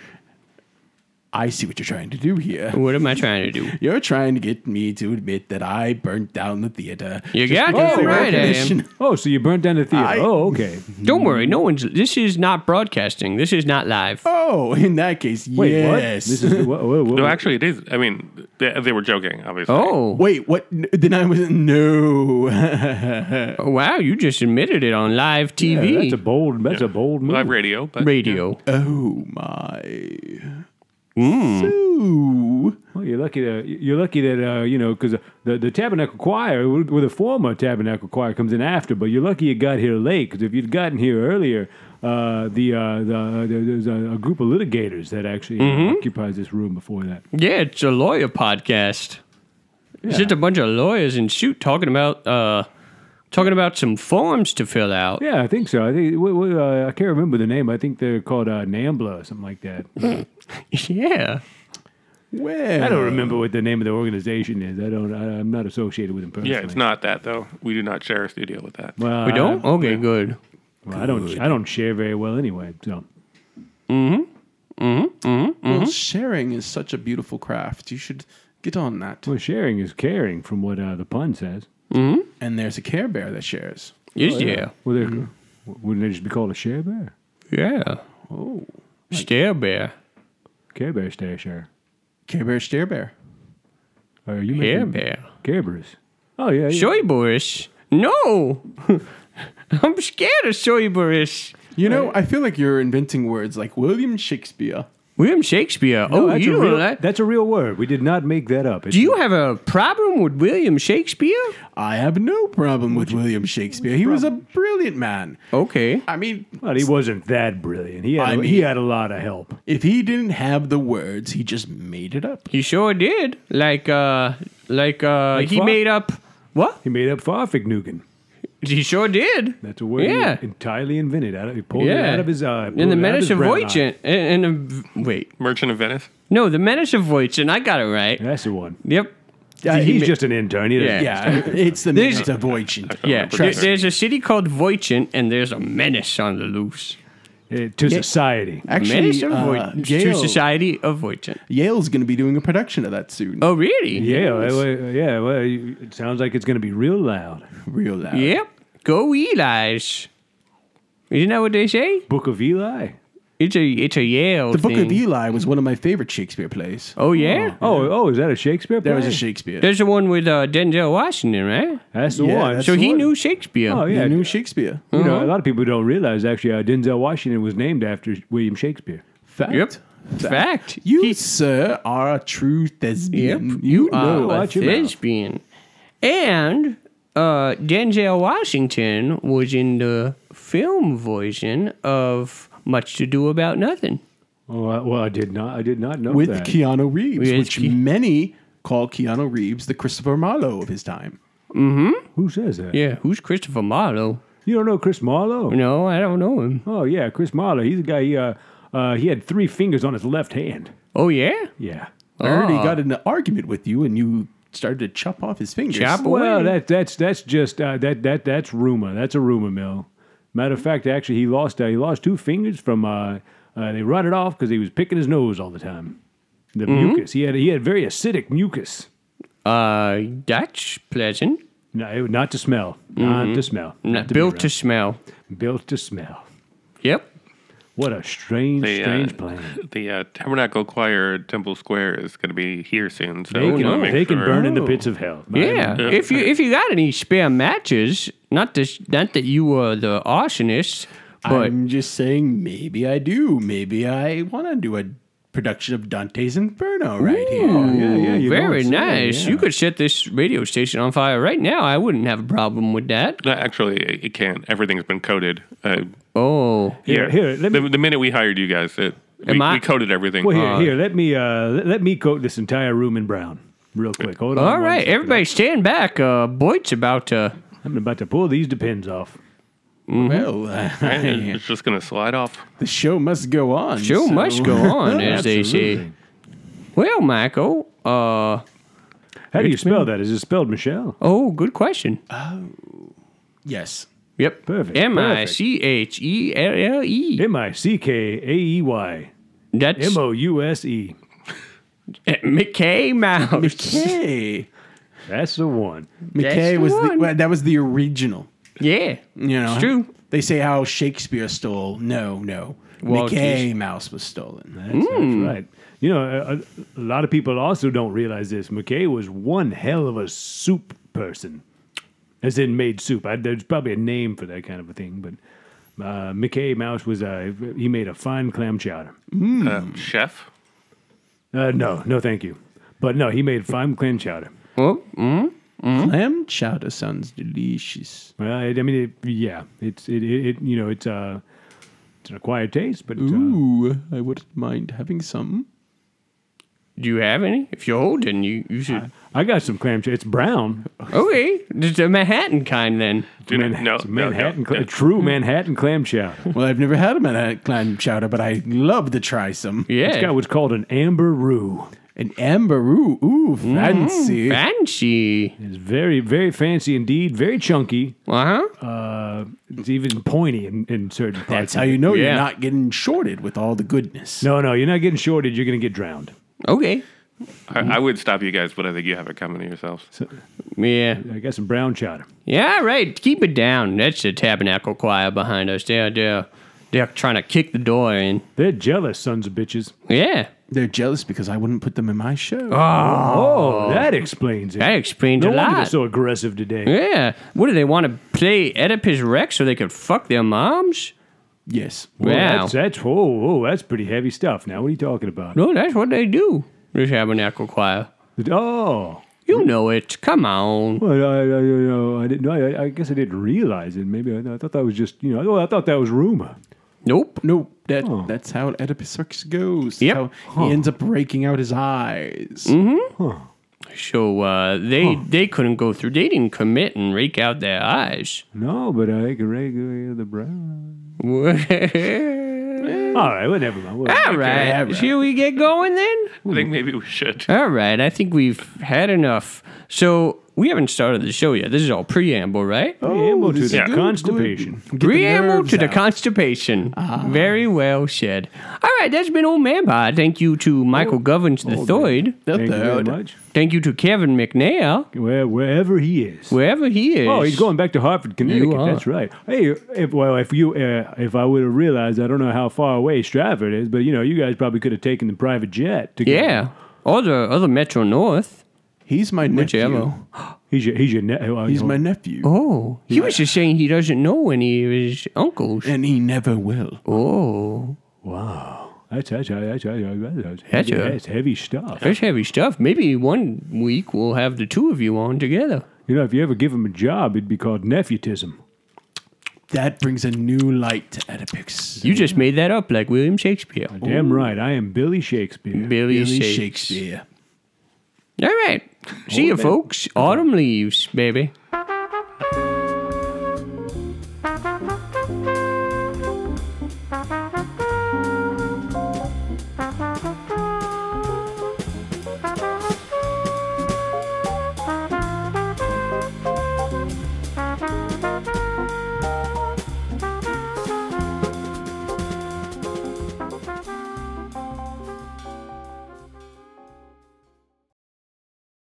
[SPEAKER 4] I see what you're trying to do here.
[SPEAKER 1] What am I trying to do?
[SPEAKER 4] You're trying to get me to admit that I burnt down the theater.
[SPEAKER 1] You got
[SPEAKER 4] just because
[SPEAKER 1] that
[SPEAKER 4] they were
[SPEAKER 1] right,
[SPEAKER 4] conditioned-
[SPEAKER 2] Oh, so you burnt down the theater.
[SPEAKER 4] I-
[SPEAKER 2] oh, okay.
[SPEAKER 1] Don't worry, no one's. This is not broadcasting. This is not live.
[SPEAKER 4] Oh, in that case,
[SPEAKER 2] Wait, what?
[SPEAKER 4] yes.
[SPEAKER 2] This is what, what, what,
[SPEAKER 3] No, actually, it is. I mean, they, they were joking, obviously.
[SPEAKER 1] Oh,
[SPEAKER 4] Wait, what? N- Then I was no.
[SPEAKER 1] wow! You just admitted it on live TV,
[SPEAKER 2] Yeah, that's a bold. That's a bold move.
[SPEAKER 3] live radio, but
[SPEAKER 1] radio.
[SPEAKER 4] oh my. So
[SPEAKER 2] Well, you're lucky that you're lucky that uh, you know because the the Tabernacle Choir, with the former Tabernacle Choir, comes in after. But you're lucky you got here late because if you'd gotten here earlier, uh, the, uh, the there- there's a, a group of litigators that actually occupies this room before that.
[SPEAKER 1] Yeah, it's a lawyer podcast. It's just a bunch of lawyers in suit talking about uh, talking about some forms to fill out.
[SPEAKER 2] Yeah, I think so. I think w- w- uh, I can't remember the name. I think they're called uh, Nambla or something like that.
[SPEAKER 1] Yeah.
[SPEAKER 4] well,
[SPEAKER 2] I
[SPEAKER 1] Uh,
[SPEAKER 2] don't remember what the name of the organization is. I don't. I, I'm not associated with them personally.
[SPEAKER 3] yeah, it's not that though. We do not share a studio with that.
[SPEAKER 2] Well,
[SPEAKER 1] We
[SPEAKER 2] I-
[SPEAKER 1] don't? Okay,
[SPEAKER 2] Oh,
[SPEAKER 1] good.
[SPEAKER 2] well, I don't. I don't share very well anyway. So
[SPEAKER 4] Well, sharing is such a beautiful craft. You should get on that.
[SPEAKER 2] well, sharing is caring, from what uh, the pun says.
[SPEAKER 4] And there's a Care Bear that shares.
[SPEAKER 1] Is
[SPEAKER 2] Well, they're, w- wouldn't they just be called a share bear?
[SPEAKER 1] yeah. Yeah.
[SPEAKER 4] Oh,
[SPEAKER 1] Stare bear.
[SPEAKER 2] Care bear stare share.
[SPEAKER 4] Care Bear, Stare Bear.
[SPEAKER 2] Or are you
[SPEAKER 1] Hair
[SPEAKER 2] making-
[SPEAKER 1] bear.
[SPEAKER 2] Care bears. Oh yeah. yeah.
[SPEAKER 1] Soy Boris. No! I'm scared of Soy Boris.
[SPEAKER 4] You know, I feel like you're inventing words like William Shakespeare.
[SPEAKER 1] William Shakespeare.
[SPEAKER 2] No,
[SPEAKER 1] oh,
[SPEAKER 2] that's,
[SPEAKER 1] you
[SPEAKER 2] a
[SPEAKER 1] don't
[SPEAKER 2] real,
[SPEAKER 1] like-
[SPEAKER 2] that's a real word. We did not make that up.
[SPEAKER 1] Do you have a problem with William Shakespeare?
[SPEAKER 4] I have no problem with William Shakespeare. He was a brilliant man.
[SPEAKER 1] Okay.
[SPEAKER 4] I mean,
[SPEAKER 2] Well, he wasn't that brilliant. He had.
[SPEAKER 4] I
[SPEAKER 2] a-
[SPEAKER 4] mean-
[SPEAKER 2] he had a lot of help.
[SPEAKER 4] if he didn't have the words, he just made it up.
[SPEAKER 1] He sure did. Like, uh, like, uh, he
[SPEAKER 2] fuck?
[SPEAKER 1] made up. What?
[SPEAKER 2] He made up Farfignugan.
[SPEAKER 1] He sure did.
[SPEAKER 2] That's a word
[SPEAKER 1] Yeah.
[SPEAKER 2] he entirely invented. Out of, he pulled it
[SPEAKER 1] Yeah.
[SPEAKER 2] out of his uh, eye.
[SPEAKER 1] In the Menace of Voyagent. In, in the, wait.
[SPEAKER 3] Merchant of Venice.
[SPEAKER 1] No, the Menace of Voyagent. I got it right.
[SPEAKER 2] That's the one.
[SPEAKER 1] Yep.
[SPEAKER 4] Yeah, Uh, he
[SPEAKER 2] he's
[SPEAKER 4] ma-
[SPEAKER 2] just an intern. He doesn't-
[SPEAKER 1] Yeah.
[SPEAKER 4] Yeah, it's the
[SPEAKER 1] There's-
[SPEAKER 4] Menace of Voyagent.
[SPEAKER 1] Yeah.
[SPEAKER 3] remember
[SPEAKER 1] There-
[SPEAKER 3] that.
[SPEAKER 1] there's a city called Voyagent, and there's a menace on the loose.
[SPEAKER 2] Uh, to society.
[SPEAKER 1] menace
[SPEAKER 4] Actually,
[SPEAKER 1] of
[SPEAKER 4] uh,
[SPEAKER 1] Voyagent. To
[SPEAKER 4] Yale,
[SPEAKER 1] Society of Voyagent.
[SPEAKER 4] Yale's going to be doing a production of that soon.
[SPEAKER 1] Oh, really?
[SPEAKER 2] Yeah, well, well, yeah. Well, you- it sounds like it's going to be real loud.
[SPEAKER 4] real loud.
[SPEAKER 1] Yep. Go Eli's. Isn't that what they say?
[SPEAKER 2] Book of Eli.
[SPEAKER 1] It's a it's a Yale.
[SPEAKER 4] The Book
[SPEAKER 1] thing.
[SPEAKER 4] of Eli was one of my favorite Shakespeare plays.
[SPEAKER 1] Oh yeah.
[SPEAKER 2] Oh, oh, is that a Shakespeare?
[SPEAKER 4] That was
[SPEAKER 2] play?
[SPEAKER 4] a Shakespeare.
[SPEAKER 1] There's the one with uh, Denzel Washington, right?
[SPEAKER 2] That's the
[SPEAKER 4] Yeah,
[SPEAKER 2] one.
[SPEAKER 4] that's
[SPEAKER 1] So
[SPEAKER 4] the
[SPEAKER 1] he
[SPEAKER 4] one.
[SPEAKER 1] knew Shakespeare.
[SPEAKER 2] oh
[SPEAKER 4] yeah,
[SPEAKER 2] yeah.
[SPEAKER 4] new Shakespeare.
[SPEAKER 2] You know, a lot of people don't realize actually uh, Denzel Washington was named after William Shakespeare.
[SPEAKER 4] Fact.
[SPEAKER 1] Yep. Fact.
[SPEAKER 4] You,
[SPEAKER 1] He-
[SPEAKER 4] sir, are a true
[SPEAKER 1] Yep.
[SPEAKER 4] thespian.
[SPEAKER 1] You
[SPEAKER 2] know.
[SPEAKER 1] are a
[SPEAKER 2] Watch your mouth.
[SPEAKER 1] thespian. And uh, Denzel Washington was in the film version of Much to Do About Nothing.
[SPEAKER 2] Oh, I, well, I did not. I did not know
[SPEAKER 4] With
[SPEAKER 2] that.
[SPEAKER 4] Keanu Reeves,
[SPEAKER 1] Yes,
[SPEAKER 4] which
[SPEAKER 1] Ke-
[SPEAKER 4] many call Keanu Reeves the Christopher Marlowe of his time.
[SPEAKER 2] Who says that?
[SPEAKER 1] Yeah, who's Christopher Marlowe?
[SPEAKER 2] You don't know Chris Marlowe?
[SPEAKER 1] No, I don't know him.
[SPEAKER 2] Oh yeah, Chris Marlowe. He's a guy. He uh, uh, he had three fingers on his left hand.
[SPEAKER 1] Oh yeah,
[SPEAKER 2] Yeah.
[SPEAKER 4] I heard he
[SPEAKER 1] Ah.
[SPEAKER 4] got in an argument with you and you started to chop off his fingers.
[SPEAKER 1] Chop off?
[SPEAKER 2] Well,
[SPEAKER 1] Boy.
[SPEAKER 2] that that's that's just uh, that that that's rumor. That's a rumor mill. Matter of fact, actually, he lost uh, he lost two fingers from uh, uh, they rotted off because he was picking his nose all the time. The
[SPEAKER 1] Mm-hmm.
[SPEAKER 2] mucus he had he had very acidic mucus.
[SPEAKER 1] uh, that's pleasant.
[SPEAKER 2] No, not to smell. Not to smell.
[SPEAKER 1] Mm-hmm. Not
[SPEAKER 2] to be
[SPEAKER 1] built to
[SPEAKER 2] around.
[SPEAKER 1] smell.
[SPEAKER 2] built to smell.
[SPEAKER 1] Yep.
[SPEAKER 2] What a strange,
[SPEAKER 3] The, uh,
[SPEAKER 2] strange plan.
[SPEAKER 3] The uh, Tabernacle Choir at Temple Square is going to be here soon. So
[SPEAKER 2] They can,
[SPEAKER 3] we wanna make
[SPEAKER 2] they can
[SPEAKER 3] sure-
[SPEAKER 2] burn in the pits of hell.
[SPEAKER 1] Yeah. If you if you got any spare matches, not this, not that you were the arsonist, but
[SPEAKER 4] I'm just saying, maybe I do. Maybe I want to do a production of Dante's Inferno right here.
[SPEAKER 2] Oh, yeah, yeah, you
[SPEAKER 1] very
[SPEAKER 2] don't say,
[SPEAKER 1] nice.
[SPEAKER 2] yeah.
[SPEAKER 1] You could set this radio station on fire right now. I wouldn't have a problem with that.
[SPEAKER 3] No, actually, it- it can't. Everything's been coded. Uh,
[SPEAKER 1] Oh,
[SPEAKER 2] Here, here, let me-
[SPEAKER 3] the, the minute we hired you guys, it, we,
[SPEAKER 1] Am I-
[SPEAKER 3] we coded everything.
[SPEAKER 2] Well, here, here, let me uh, let, let me coat this entire room in brown, real quick. Hold on.
[SPEAKER 1] all
[SPEAKER 2] one
[SPEAKER 1] right.
[SPEAKER 2] second.
[SPEAKER 1] Everybody, stand back. Uh, Boyd's about to.
[SPEAKER 2] I'm about to pull these depends off.
[SPEAKER 4] Well,
[SPEAKER 1] Mm-hmm.
[SPEAKER 3] And it's just going to slide off.
[SPEAKER 4] the show must go on.
[SPEAKER 1] Show
[SPEAKER 4] so-
[SPEAKER 1] must go on, as they say. Well, Michael. Uh,
[SPEAKER 2] How do you spell that? Is it spelled Michelle?
[SPEAKER 1] oh, good question.
[SPEAKER 4] Yes.
[SPEAKER 1] Yep.
[SPEAKER 2] Perfect,
[SPEAKER 1] M I
[SPEAKER 2] perfect.
[SPEAKER 1] C H E L L E.
[SPEAKER 2] M I C K A E Y
[SPEAKER 1] That's
[SPEAKER 2] M O U S E.
[SPEAKER 1] McKay Mouse.
[SPEAKER 4] McKay.
[SPEAKER 2] That's the one.
[SPEAKER 4] McKay
[SPEAKER 1] the
[SPEAKER 4] was the,
[SPEAKER 1] one.
[SPEAKER 4] well, that was the original.
[SPEAKER 1] Yeah.
[SPEAKER 4] You know,
[SPEAKER 1] It's true.
[SPEAKER 4] They say how Shakespeare stole. No, no.
[SPEAKER 1] Well,
[SPEAKER 4] McKay Mouse was stolen.
[SPEAKER 2] That's,
[SPEAKER 1] Hmm.
[SPEAKER 2] that's right. You know, a, a lot of people also don't realize this. McKay was one hell of a soup person, as in made soup. I, there's probably a name for that kind of a thing, but uh, McKay Mouse was uh, he made a fine clam chowder.
[SPEAKER 3] Uh, chef?
[SPEAKER 2] Uh, no, no, thank you. But no, he made fine clam chowder.
[SPEAKER 1] Oh, mm,
[SPEAKER 4] Clam chowder sounds delicious.
[SPEAKER 2] Well, I, I mean, it, yeah, it's it, it, it you know it's uh it's an acquired taste, but uh,
[SPEAKER 4] Ooh, I wouldn't mind having some.
[SPEAKER 1] do you have any? If you're old, then you, you should.
[SPEAKER 2] I got some clam chowder. It's brown,
[SPEAKER 1] okay. It's a Manhattan kind then.
[SPEAKER 3] Do not-
[SPEAKER 2] Manha-
[SPEAKER 3] no,
[SPEAKER 2] it's a
[SPEAKER 3] no, no,
[SPEAKER 2] Manhattan, cla-
[SPEAKER 3] no.
[SPEAKER 2] a true Manhattan clam chowder.
[SPEAKER 4] Well, I've never had a Manhattan clam chowder, but I love to try some.
[SPEAKER 2] It's got
[SPEAKER 1] Yeah.
[SPEAKER 2] what's called an amber roux.
[SPEAKER 4] An amber roux, ooh,
[SPEAKER 2] Mm-hmm.
[SPEAKER 4] fancy.
[SPEAKER 1] Fancy.
[SPEAKER 2] It's very, very fancy indeed. Very chunky.
[SPEAKER 1] Uh huh.
[SPEAKER 2] Uh, it's even pointy in, in certain parts.
[SPEAKER 4] That's how you know you're
[SPEAKER 1] Yeah.
[SPEAKER 4] not getting shorted with all the goodness.
[SPEAKER 2] no, no, you're not getting shorted. You're gonna get drowned.
[SPEAKER 1] Okay.
[SPEAKER 3] I, I would stop you guys, but I think you have it coming to yourselves.
[SPEAKER 1] Yeah.
[SPEAKER 2] I got some brown chowder.
[SPEAKER 1] Yeah, right. Keep it down. That's the tabernacle choir behind us. They're, they're, they're trying to kick the door in.
[SPEAKER 2] They're jealous sons of bitches.
[SPEAKER 1] Yeah.
[SPEAKER 4] They're jealous because I wouldn't put them in my show.
[SPEAKER 2] Ah. Oh, that explains it.
[SPEAKER 1] That explains
[SPEAKER 2] no
[SPEAKER 1] a
[SPEAKER 2] wonder they're
[SPEAKER 1] lot.
[SPEAKER 2] so aggressive today.
[SPEAKER 1] yeah. What do they want to play Oedipus Rex so they could fuck their moms?
[SPEAKER 4] yes.
[SPEAKER 2] Well,
[SPEAKER 1] wow.
[SPEAKER 2] that's, that's whoa, whoa, that's pretty heavy stuff. Now, what are you talking about?
[SPEAKER 1] No, that's what they do. The tabernacle choir.
[SPEAKER 2] Oh,
[SPEAKER 1] You know it. Come on.
[SPEAKER 2] well, I, I, I, you know, I didn't. know. I, I guess I didn't realize it. Maybe I, I thought that was just you know. oh, I thought that was rumor.
[SPEAKER 1] Nope.
[SPEAKER 4] Nope. That that's how Oedipus Rex goes. That's
[SPEAKER 1] Yep.
[SPEAKER 2] Mm-hmm.
[SPEAKER 4] How he ends up breaking out his eyes.
[SPEAKER 1] So uh, they they couldn't go through. They didn't commit and rake out their eyes.
[SPEAKER 2] No, but I can regulate the brown.
[SPEAKER 1] All
[SPEAKER 2] All right, well, never mind.
[SPEAKER 1] Ah,
[SPEAKER 2] Well,
[SPEAKER 1] right, should we get going then?
[SPEAKER 3] I think maybe we should.
[SPEAKER 1] All right, I think we've had enough. So we haven't started the show yet. This is all preamble, right?
[SPEAKER 2] preamble to
[SPEAKER 4] this
[SPEAKER 2] the
[SPEAKER 4] is good,
[SPEAKER 2] constipation.
[SPEAKER 4] Get Oh, the
[SPEAKER 1] Preamble
[SPEAKER 4] nerves
[SPEAKER 1] to the
[SPEAKER 4] out.
[SPEAKER 1] constipation. Very well said. All right, that's been Old Man Pod. Thank you to
[SPEAKER 4] Oh,
[SPEAKER 1] Michael Govins the Thoid.
[SPEAKER 4] The
[SPEAKER 2] Thank you very
[SPEAKER 4] third.
[SPEAKER 2] much.
[SPEAKER 1] Thank you to Kevin McNair,
[SPEAKER 2] Where, wherever he is.
[SPEAKER 1] wherever he is.
[SPEAKER 2] Oh, he's going back to Hartford, Connecticut.
[SPEAKER 1] are.
[SPEAKER 2] That's right. Hey, if, well, if you uh, if I would have realized, I don't know how far away Stratford is, but you know, you guys probably could have taken the private jet. To go.
[SPEAKER 1] Yeah, or the other Metro North,
[SPEAKER 4] He's my
[SPEAKER 1] whichever.
[SPEAKER 4] nephew.
[SPEAKER 2] he's your he's your ne- oh, well,
[SPEAKER 4] He's
[SPEAKER 2] you
[SPEAKER 4] my
[SPEAKER 2] know,
[SPEAKER 4] nephew.
[SPEAKER 1] Oh, he was just saying he doesn't know any of his uncles.
[SPEAKER 4] And he never will.
[SPEAKER 1] Oh,
[SPEAKER 2] wow. That's that's that's, that's, that's,
[SPEAKER 1] That's
[SPEAKER 2] that's,
[SPEAKER 1] a-
[SPEAKER 2] that's heavy stuff.
[SPEAKER 1] that's heavy stuff. Maybe one week we'll have the two of you on together.
[SPEAKER 2] You know, if you ever give him a job, it'd be called nephewtism.
[SPEAKER 4] That brings a new light to Oedipus.
[SPEAKER 1] You just made that up like William Shakespeare.
[SPEAKER 2] Damn right, I am Billy Shakespeare.
[SPEAKER 1] Billy,
[SPEAKER 4] Billy
[SPEAKER 1] Shakespeare.
[SPEAKER 4] Shakespeare.
[SPEAKER 1] All right. See you, folks. Autumn leaves, baby.